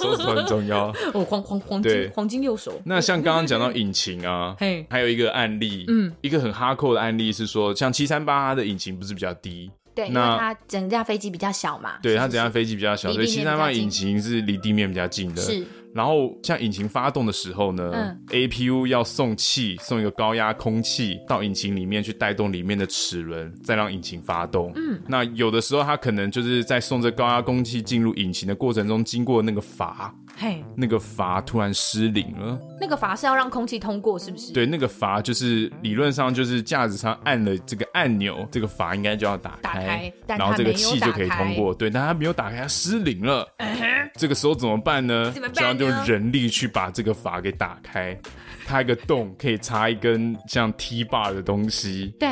C: 这个手指头很重要。
A: 哦，黄黄黄
C: 对
A: 金黄金右 手。
C: 那像刚刚讲到引擎啊，
A: 嘿
C: 还有一个案例，
A: 嗯，
C: 一个很哈扣的案例是说，像七三八它的引擎不是比较低，
A: 对，因为
C: 那
A: 它整架飞机比较小嘛。
C: 对，
A: 是
C: 它
A: 不
C: 整架
A: 是
C: 飞机比较小，
A: 离
C: 所以
A: 地
C: 七
A: 面
C: 三八
A: 比较
C: 引
A: 近
C: 擎是离地面比较近的。
A: 是。
C: 然后像引擎发动的时候呢、
A: 嗯
C: a p u 要送气，送一个高压空气到引擎里面去带动里面的齿轮，再让引擎发动。嗯，那有的时候它可能就是在送这高压空气进入引擎的过程中，经过那个阀，
A: 嘿，
C: 那个阀突然失灵了。
A: 那个阀是要让空气通过，是不是？
C: 对，那个阀就是理论上就是架子上按了这个按钮，这个阀应该就要打
A: 打
C: 开
A: 开，但
C: 然后
A: 它
C: 这个
A: 没有
C: 气就
A: 打
C: 可以通
A: 开嗯
C: 过。对，但它没有打开，它失灵了。这个时候怎么办呢？
A: 怎么
C: 就要
A: 办
C: 用
A: 呢
C: 人力去把这个阀给打开，它有一个洞可以插一根像 T bar 的东西，
A: 对，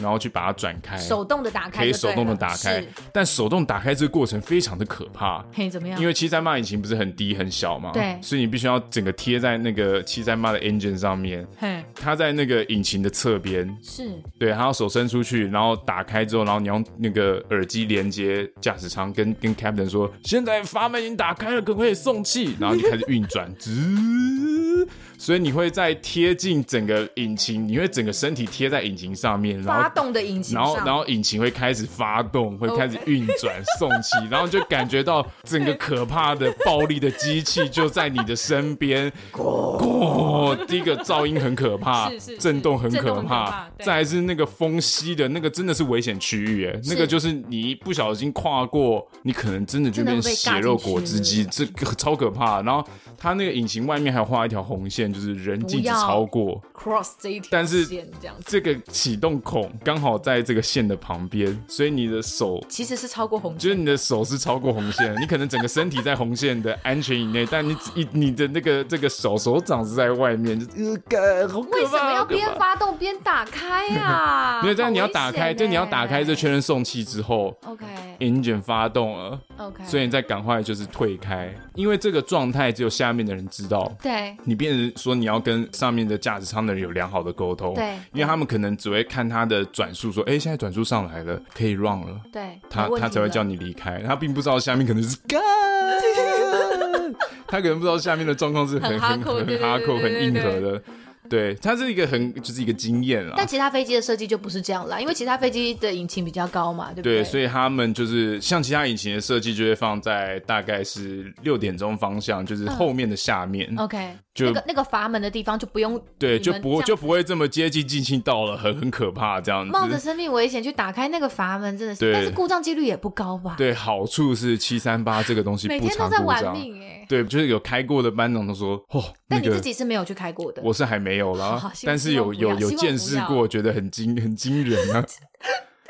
C: 然后去把它转开。
A: 手动的打开，
C: 哎可以手动的打开，但手动打开这个过程非常的可怕，
A: 嘿，怎么样？
C: 因
A: 为
C: 为七三八引擎不是很低很小嘛，
A: 对
C: 所以你必须要整个贴在那个七三八的 engine 上面，
A: 嘿
C: 它在那个引擎的侧边，
A: 是
C: 对，它要手伸出去，然后打开之后，然后你用那个耳机连接驾驶舱，跟跟 captain 说，现在阀门已经打开了，可不可以送气？然后就开始运转， 滋，所以你会在贴近整个引擎，你会整个身体贴在引擎上面，然
A: 发
C: 后。
A: 动的引擎
C: 然后，
A: 上
C: 然后引擎会开始发动，会开始运转、送气， 然后就感觉到整个可怕的暴力的机器就在你的身 边。哦，第一个噪音很可怕，
B: 是是是
C: 震动很
B: 震
C: 可
B: 动很可
C: 怕
B: 怕，对
C: 再来是那个风吸的那个真的是危险区域，哎，那
A: 是
C: 个就是你一不小心跨过，你可能真的就
A: 真的
C: 变
A: 会被
C: 血
A: 尬
C: 肉
A: 进去
C: 果汁机，这个超可怕。然后它那个引擎外面还有画一条红线，就是人禁止
A: 要
C: 超过。
B: cross 这一条
C: 但是
B: 线这样子，
C: 这个启动孔刚好在这个线的旁边，所以你的手
B: 其实是超过红
C: 就是你的手是超过红线，你可能整个身体在红线的安全以内，但你你你的那个这个手手掌是在外面，就是呃干好可怕
B: 为什么要
C: 好可怕
B: 边发动边打开 啊？
C: 没有，但
B: 好
C: 是你要
B: 危
C: 打
B: 险
C: 开，就你要打开
B: 欸
C: 这确认送气之后
B: OK
C: ，engine 发动了，
B: OK，
C: 所以你再赶快就是退开，因为这个状态只有下面的人知道。
B: 对
C: 你变成说你要跟上面的驾驶舱的人有良好的沟通，
B: 对
C: 因为他们可能只会看他的转速，说，哎、现在转速上来了，可以 run 了，
B: 对，
C: 他
B: 没问
C: 他
B: 题
C: 才会
B: 了
C: 叫你离开，他并不知道下面可能是干，他可能不知道下面的状况是很
B: 很
C: 很
B: hardcore，
C: 很
B: 对对对
C: hardcore
B: 对
C: 很
B: 对
C: 硬
B: 对
C: 核的，对，它是一个很就是一个经验啦
A: 但。其他飞机的设计就不是这样啦，因为其他飞机的引擎比较高嘛，对不
C: 对，
A: 对？
C: 所以他们就是像其他引擎的设计，就会放在大概是六点钟方向，就是
B: 嗯
C: 后面的下面。
A: OK，
C: 就
A: 那个那个阀门的地方就不用
C: 对，
A: 你
C: 就
A: 们
C: 不会
A: 这
C: 就
A: 样
C: 不会这么接近进气道了，很很可怕这样子。
A: 冒着生命危险去打开那个阀门，真的
C: 对
A: 是，但是故障几率也不高吧？
C: 对，好处是七三八这个东西
B: 每
C: 不
B: 天都
C: 常
B: 在
C: 故
B: 玩
C: 障。
B: 命哎，
C: 对，就是有开过的班长都说，哦，
A: 欸但
C: 那
A: 你自
C: 个
A: 己是没有去开过的，
C: 我是还没有啦
B: 好，希
C: 但是有
B: 希望
C: 有
B: 不要
C: 有
B: 希望
C: 见
B: 不
C: 识
B: 要
C: 过，觉得很惊很惊人啊。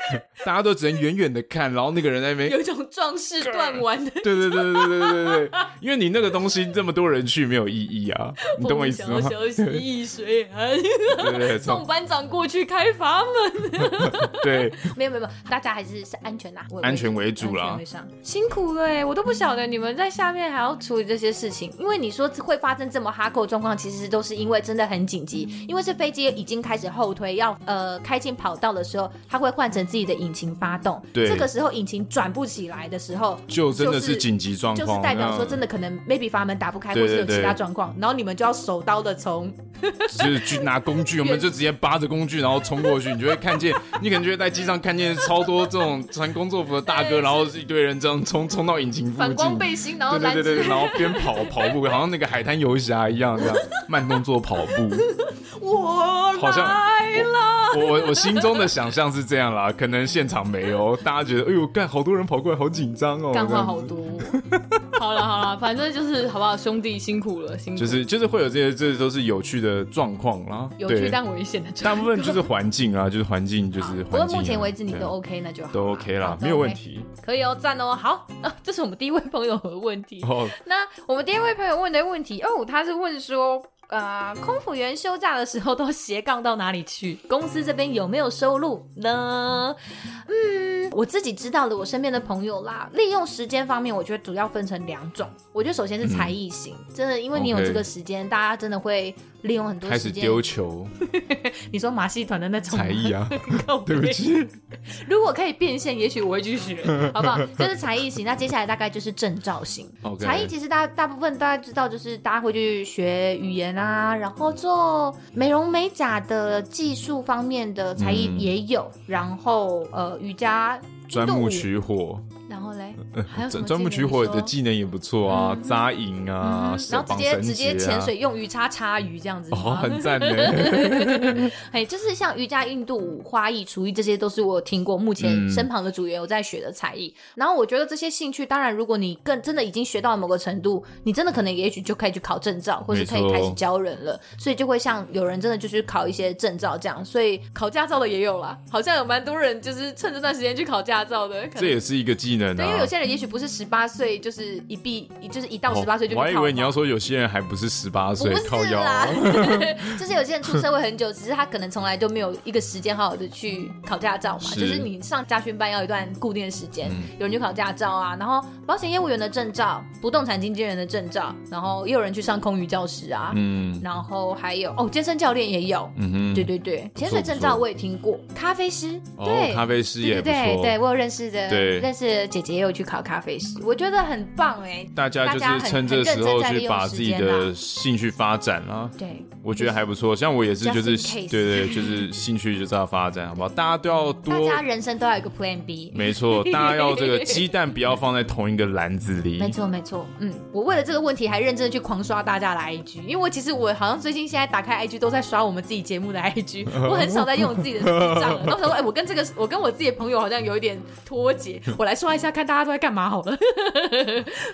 C: 大家都只能远远的看，然后那个人在那边，
F: 有一种壮士断腕的
C: 对对对对对对对对，因为你那个东西这么多人去没有意义啊，你懂我意思吗？
F: 小息一水寒，
C: 对对对
F: 送
C: 从
F: 班长过去开阀门。
C: 对，
F: 没有没有，没有，大家还是是安全啦，
C: 安全为主啦
F: 安全为上辛苦了欸，我都不晓得你们在下面还要处理这些事情，因为你说会发生这么哈扣的状况，其实都是因为真的很紧急，因为是飞机已经开始后推，要呃开进跑道的时候，它会换成自己的引擎发动，
C: 对
F: 这个时候引擎转不起来的时候，
C: 就真的是紧急状
F: 就
C: 况，嗯
F: 是代表说
C: 那
F: 真的可能 maybe 阀门打不开，
C: 对
F: 或是有
C: 对
F: 其他
C: 对
F: 状况，然后你们就要手刀的从
C: 就是去拿工具， 我们就直接扒着工具，然后冲过去，你就会看见，你可能就会在机上看见超多这种穿工作服的大哥，
F: 对
C: 然后一堆人这样冲冲到引擎附
F: 反光
C: 近。
F: 背心，然后
C: 对
F: 拦
C: 对
F: 截
C: 对对，对然后边跑跑步，好像那个海滩游侠一样，这样慢动作跑 步。
F: 我
C: 好像
F: 来了。
C: 我我我心中的想象是这样啦，可能现场没有，大家觉得哎呦，干好多人跑过来，好紧张哦，
F: 干
C: 这
F: 话
C: 样子
F: 好多。好了好了，反正就是好不好，兄弟辛苦了，辛苦。
C: 就是就是会有这些，这都是有趣的状况啦。
F: 有
C: 对
F: 趣但危险的状
C: 大
F: 况。
C: 部分就是环境啊，就是环境，就是环境啊、
F: 不过目前为止你
C: 对
F: 都 OK，那就好啦，
C: 都 OK 啦
F: 啊好，
C: 没有问，题。
F: 都 OK 可以哦，赞哦，好，啊这是我们第一位朋友的问题。
C: 哦，
F: 那我们第一位朋友问的问题哦，他是问说。呃，空服员休假的时候都斜杠到哪里去？公司这边有没有收入呢？嗯，我自己知道的，我身边的朋友啦，利用时间方面，我觉得主要分成两种。我觉得首先是才艺型，真的，因为你有
C: 嗯 OK
F: 这个时间，大家真的会利用很多
C: 哦开
F: 时
C: 始
F: 间。
C: 丢球
F: 你说马戏团的那种吗
C: 才艺，啊，
F: 靠背
C: 对不 起，
F: 如果可以变现，也许我会去学，好不好？就是才艺型，那接下来大概就是证照型。
C: OK
F: 才艺其实大大部分大家知道，就是大家会去学语言啊，然后做美容美甲的技术方面的才艺
C: 嗯
F: 也有，然后呃瑜伽、
C: 钻木取火，
F: 运动舞，然后嘞 还有
C: 钻
F: 什么
C: 钻木
F: 技
C: 取
F: 能
C: 火
F: 你说
C: 的技能也不错啊，扎营啊，
F: 嗯
C: 手
F: 然后直
C: 绑
F: 接
C: 绳
F: 直接
C: 结啊
F: 潜水，啊用鱼叉叉鱼这样子，
C: 哦，
F: 吗？
C: 很赞呢。
F: 哎，就是像瑜伽、印度舞、花艺、厨艺，这些都是我有听过目前
C: 嗯
F: 身旁的组员有在学的才艺。然后我觉得这些兴趣，当然如果你更真的已经学到某个程度，你真的可能也许就可以去考证照，或是可
C: 没
F: 以
C: 错
F: 开始教人了。
C: 嗯
F: 所以就会像有人真的就去考一些证照这样，所以考驾照的也有啦，好像有蛮多人就是趁这段时间去考驾照的。可
C: 这
F: 能
C: 也是一个技能
F: 对，因为有
C: 啊。
F: 些人也许不是十八岁，就是一毕，就是一到
C: 哦
F: 十八岁就去
C: 我
F: 考
C: 还以为你
F: 嘛
C: 要说有些人还不是十八岁
F: 不，是
C: 靠腰啊
F: 啦，就是有些人出社会很久，只是他可能从来都没有一个时间好好的去考驾照嘛。
C: 是
F: 就是你上家训班要一段固定的时间，
C: 嗯
F: 有人去考驾照啊，然后保险业务员的证照、不动产经纪人的证照，然后也有人去上空余教师啊，
C: 嗯
F: 然后还有哦，健身教练也有。
C: 嗯哼，
F: 对对对，潜水证照我也听过，咖啡师，
C: 哦
F: 对，，
C: 咖啡师也
F: 对对
C: 不
F: 对，对
C: 错。
F: 我有认识的，
C: 对
F: 认识的姐姐也有去考咖啡师，我觉得很棒哎、
C: 大家就
F: 大家
C: 是
F: 很
C: 趁这时候
F: 很认真在利
C: 去
F: 用
C: 把
F: 时
C: 自己
F: 间
C: 的
F: 啦
C: 兴趣发展啊，
F: 对，
C: 我觉得还不错。像我也是，
F: Just
C: 就是
F: in case
C: 对对，就是兴趣就是要发展，好不 好？大家都要
F: 大
C: 多
F: 家，人生都要有一个 Plan B，
C: 没错，大家要这个鸡蛋不要放在同一个篮子里
F: 没。错，没错，嗯，我为了这个问题还认真的去狂刷大家的 IG，因为我其实我好像最近现在打开 IG 都在刷我们自己节目的 IG，我很少在用我自己的私账了。然后我想说，哎、我跟这个我跟我自己的朋友好像有一点脱节，我来刷一下看大家都在干嘛好了。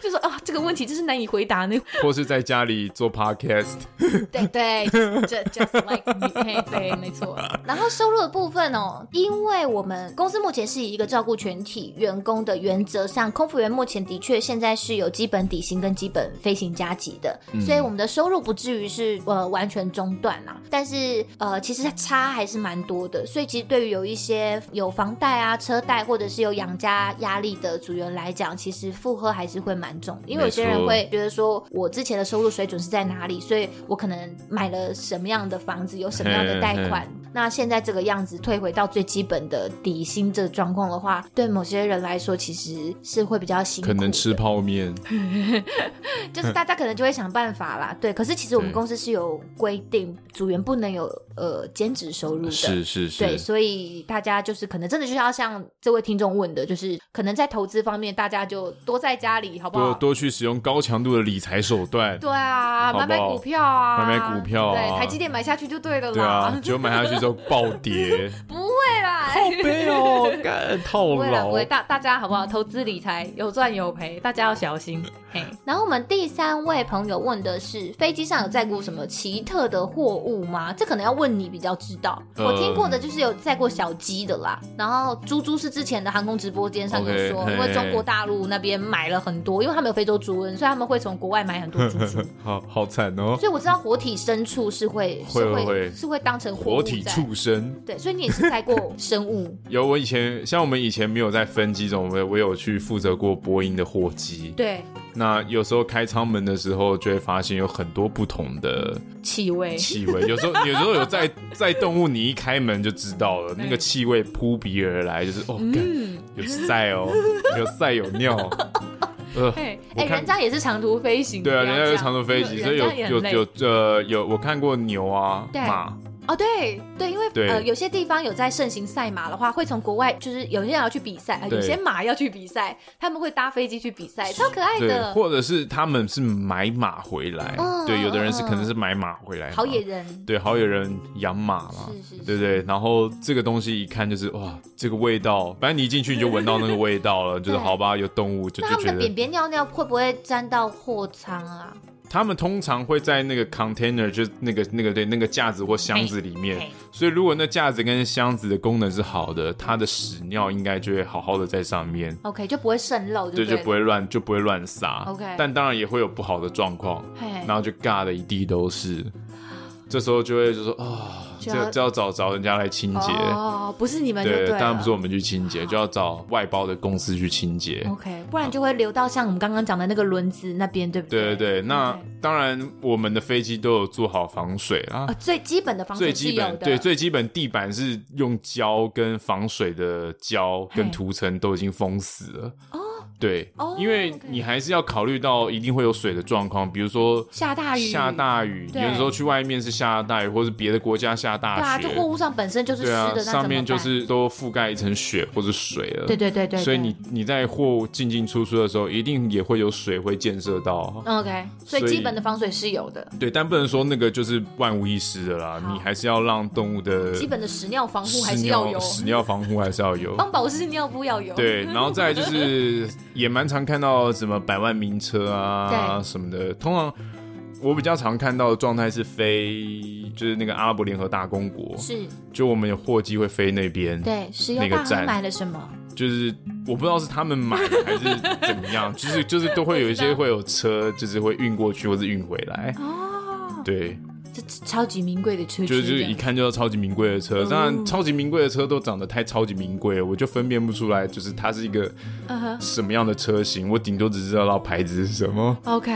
F: 就说啊，这个问题真是难以回答呢。
C: 或是在家里做 podcast，
F: 对对，just just like me，嘿对，没错。
A: 然后收入的部分哦，因为我们公司目前是以一个照顾全体员工的原则上，空服员目前的确现在是有基本底薪跟基本飞行加级的，所以我们的收入不至于是呃完全中断啦。但是呃，其实差还是蛮多的，所以其实对于有一些有房贷啊、车贷或者是有养家压力的组员来讲，其实负荷还是会蛮重的，因为有些
C: 没
A: 人
C: 错
A: 会觉得说我之前的收入水准是在哪里，所以我可能买了什么样的房子，有什么样的贷款。那现在这个样子退回到最基本的底薪这个状况的话，对某些人来说其实是会比较辛苦
C: 可
A: 的，
C: 能吃泡面，
A: 就是大家可能就会想办法啦。对，可是其实我们
C: 对
A: 公司是有规定，组员不能有呃兼职收入的。
C: 是是
A: 对，
C: 是，
A: 所以大家就是可能真的就要像这位听众问的，就是可能在投资方面，大家就多在家里，好不好？
C: 多多去使用高强度的理财手段，
F: 对
C: 好
F: 啊，
C: 不
F: 买
C: 好
F: 买股票啊，
C: 买买股票啊啊
F: 对，台积电买下去就对了啦。啊
C: 对 啊，结果买下去之后暴跌，
F: 不会啦，
A: 哎
B: 来。
C: 没有，干套
B: 不会啦，
C: 牢
B: 不。会，大大家好不哦好？投资理财有赚有赔，大家要小心。 嘿，
F: 然后我们第三位朋友问的是，飞机上有载过什么奇特的货物吗？这可能要问你比较知道。
C: 呃
F: 我听过的就是有载过小鸡的啦，然后猪猪是之前的航空直播间上有
C: OK，
F: 说
C: 嘿
F: 因为中国大陆那边买了很多，因为他们有非洲猪瘟，所以他们会从国外买很多猪 猪。
C: 好好惨哦，
F: 所以我知道活体牲畜是会
C: 会
F: 是
C: 会会
F: 是会当成货物
C: 活体
F: 在。
C: 畜生。
F: 对，所以你也是载过 生物，
C: 有，我以前像我们以前没有在分机种，我我有去负责过波音的货机。
F: 对，
C: 那有时候开舱门的时候，就会发现有很多不同的
F: 气味。
C: 气味。有时候有时候有在在动物，你一开门就知道了，那个气味扑鼻而来，就是哦，
F: 嗯
C: 干
B: 嗯
C: 有塞哦，有塞有尿。呃，
B: 嘿，
C: 我
F: 哎、
C: 看
F: 人家也是长途飞行，
C: 对啊，
F: 不要
C: 人家有
F: 这样
C: 长途飞机，
B: 人
C: 所以有
B: 人家也很
C: 有
B: 累
C: 有呃有，我看过牛啊
F: 对
C: 马，
F: 哦，对对，因为
C: 对
F: 呃，有些地方有在盛行赛马的话，会从国外，就是有些人要去比赛，呃
C: 对
F: 有些马要去比赛，他们会搭飞机去比赛，超可爱
C: 对，
F: 的，
C: 或者是他们是买马回来，
F: 嗯
C: 对，有的人是
F: 嗯
C: 可能是买马回来，
F: 好野人，
C: 对，好有人养马嘛，
F: 是是是
C: 对不对？然后这个东西一看就是哇，这个味道，反正你一进去你就闻到那个味道了，就是
F: 对
C: 好吧，有动物就
F: 那
C: 就
F: 他们
C: 觉
F: 的便
C: 得
F: 便尿尿会不会沾到货舱啊？
C: 他们通常会在那个 container 就是那个那个对那个架子或箱子里面
B: 嘿，
C: 所以如果那架子跟箱子的功能是好的，它的屎尿应该就会好好的在上面。
F: OK，就不会渗漏，
C: 对，
F: 对
C: 就
F: 了
C: 不会乱，就不会乱撒。
F: OK
C: 但当然也会有不好的状况，
F: 嘿
C: 然后就尬的一地都是。这时候就会就说啊、
F: 就
C: 这
F: 要
C: 这要找找人家来清洁。
F: 哦，不是你们就
C: 对，
F: 了，
C: 当然不是我们去清洁，就要找外包的公司去清洁。
F: OK，不然就会流到像我们刚刚讲的那个轮子那边，对不
C: 对对
F: 对
C: 对，那
F: OK
C: 当然我们的飞机都有做好防水啦
F: 啊，，最基本的防
C: 最
F: 水是
C: 基
F: 有
C: 本
F: 的，
C: 对最基本地板是用胶跟防水的胶跟
F: 嘿
C: 涂层都已经封死了。哦，对
F: 哦，
C: 因为
F: OK
C: 你还是要考虑到一定会有水的状况，比如说
F: 下大雨，
C: 下大雨，有
F: 对
C: 时候去外面是下大雨，或是别的国家下
F: 对
C: 大
F: 啊，
C: 雪
F: 这，货物上本身就是湿
C: 对啊，
F: 的，那怎么
C: 上面就
F: 办
C: 是都覆盖一层雪或者水了。
F: 对对对对，
C: 所以
F: 对
C: 你你在货进进出出的时候，一定也会有水会溅射到。
F: OK，所以
C: 所以
F: 基本的防水是有的，
C: 对，但不能说那个就是万无一失的啦，
F: 好
C: 你还是要让动物的
F: 基本的屎尿防护还
C: 屎
F: 是
C: 尿
F: 要有，哦
C: 屎尿防护还是要有。
F: 帮保湿尿布要有。
C: 对，然后再来就是也蛮常看到什么百万名车啊
F: 对
C: 什么的，通常我比较常看到的状态是飞，就是那个阿拉伯联合大公国，
F: 是，
C: 就我们有货机会飞那边，
F: 对，石油
C: 那个
F: 大亨
C: 站
F: 买了什么？
C: 就是我不知道是他们买的还是怎么 样，就是就是都会有一些会有车，就是会运过去或是运回来。
F: 哦，
C: 对，
F: 这这超级名贵的哦车，
C: 就是就是一看就知道超级名贵的车，当然超级名贵的车都长得太超级名贵了，我就分辨不出来，就是它是一个
F: 嗯
C: 什么样的车型，我顶多只知道到牌子是什么。
F: OK。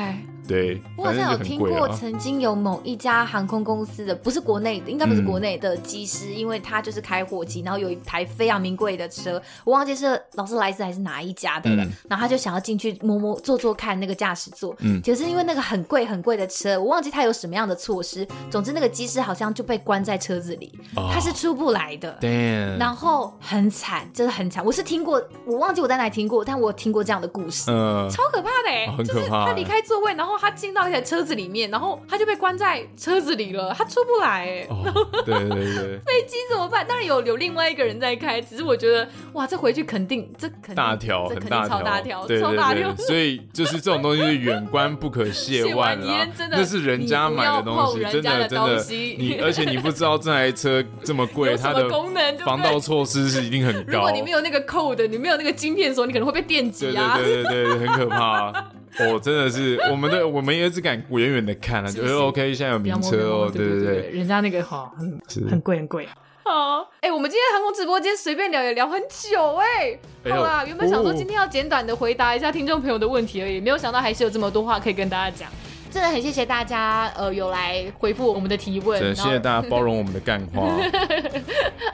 C: 对，
F: 我好
C: 反正
F: 像
C: 就
F: 有
C: 很
F: 听
C: 贵
F: 过，
C: 啊。
F: 曾经有某一家航空公司的，不是国内的，应该不是
C: 嗯
F: 国内的机师，因为他就是开货机，然后有一台非常名贵的车，我忘记是劳斯莱斯还是哪一家的了，
C: 嗯
F: 然后他就想要进去摸摸坐坐看那个驾驶座，
C: 嗯
F: 可是因为那个很贵很贵的车，我忘记他有什么样的措施，总之那个机师好像就被关在车子里，
C: 哦
F: 他是出不来的。
C: Damn，
F: 然后很惨，真的很惨。我是听过，我忘记我在哪里听过，但我有听过这样的故事，
C: 嗯，
B: 超可怕的哎、
C: 很可怕欸
B: 他离开座位，然后他进到一台车子里面，然后他就被关在车子里了，他出不来哎、
C: 哦，对对对，
B: 飞机怎么办？当然有有另外一个人在开，只是我觉条，哇，这回去肯定这肯定
C: 大条
B: 这
C: 很
B: 肯定
C: 大
B: 超大
C: 条，
B: 条，
C: 对
B: 超
C: 对
B: 大
C: 对，
B: 条。
C: 所以就是这种东西是远观不可亵玩
B: 亵
C: 啦
B: 玩，真的
C: 那是人家买的东西，
B: 你不要碰
C: 真
B: 人家
C: 的
B: 的
C: 真
B: 东
C: 的
B: 西，
C: 你而且你不知道这台车这么贵，
B: 有什
C: 它
B: 么
C: 的
B: 功能对不对
C: 防盗措施是一定很
B: 如
C: 高
F: 哦
B: 果，你没有那个 code，你没有那个晶片锁，你可能会被电
C: 对
B: 击
C: 对
B: 啊。
C: 对对对，很可怕。哦，真的是，我们的我们也只敢远远的看了，
B: 是
C: 觉
B: 不是
C: 得 OK，现在有
B: 不要
C: 名
B: 摸
C: 车哦，
B: 不要摸
C: 对
B: 对
C: 对，
B: 人家那个好很
C: 是。
B: 贵很贵。好，哎、我们今天航空直播间随便聊也聊很久哎、
C: 哎呦
B: 好啦，原本想说
C: 哦
B: 今天要简短的回答一下听众朋友的问题而已，没有想到还是有这么多话可以跟大家讲。
F: 真的很谢谢大
B: 大
F: 家。
B: 家呃有来回复我们的提问，
C: 真的
B: 然
C: 谢
B: 后
C: 谢大家包容我们的干话，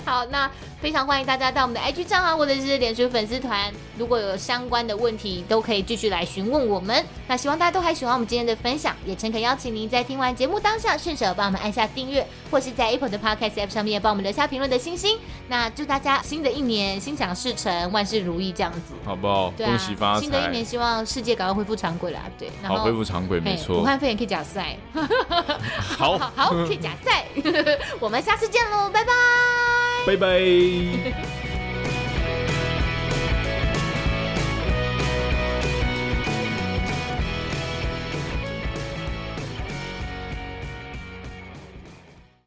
F: 好，那非常欢迎大家到我们的 IG 账号或者是脸书粉丝团，如果有相关的问题，都可以继续来询问我们。那希望大家都还喜欢我们今天的分享，也诚恳邀请您在听完节目当下，顺手帮我们按下订阅，或是在 Apple 的 Podcast App 上面帮我们留下评论的星星。那祝大家新的一年心想事成，万事如意这样子。
C: 好 不好？
F: 对
C: 恭
F: 啊
C: 喜发，
F: 新的一年
C: 财，
F: 希望世界赶快恢复常轨啦，对，然后
C: 好恢复常轨，没
F: 嘿
C: 错
F: 武。汉肺炎可以假赛，
C: 好
F: 好，可以假赛，我们下次见喽，拜拜。
C: 拜拜。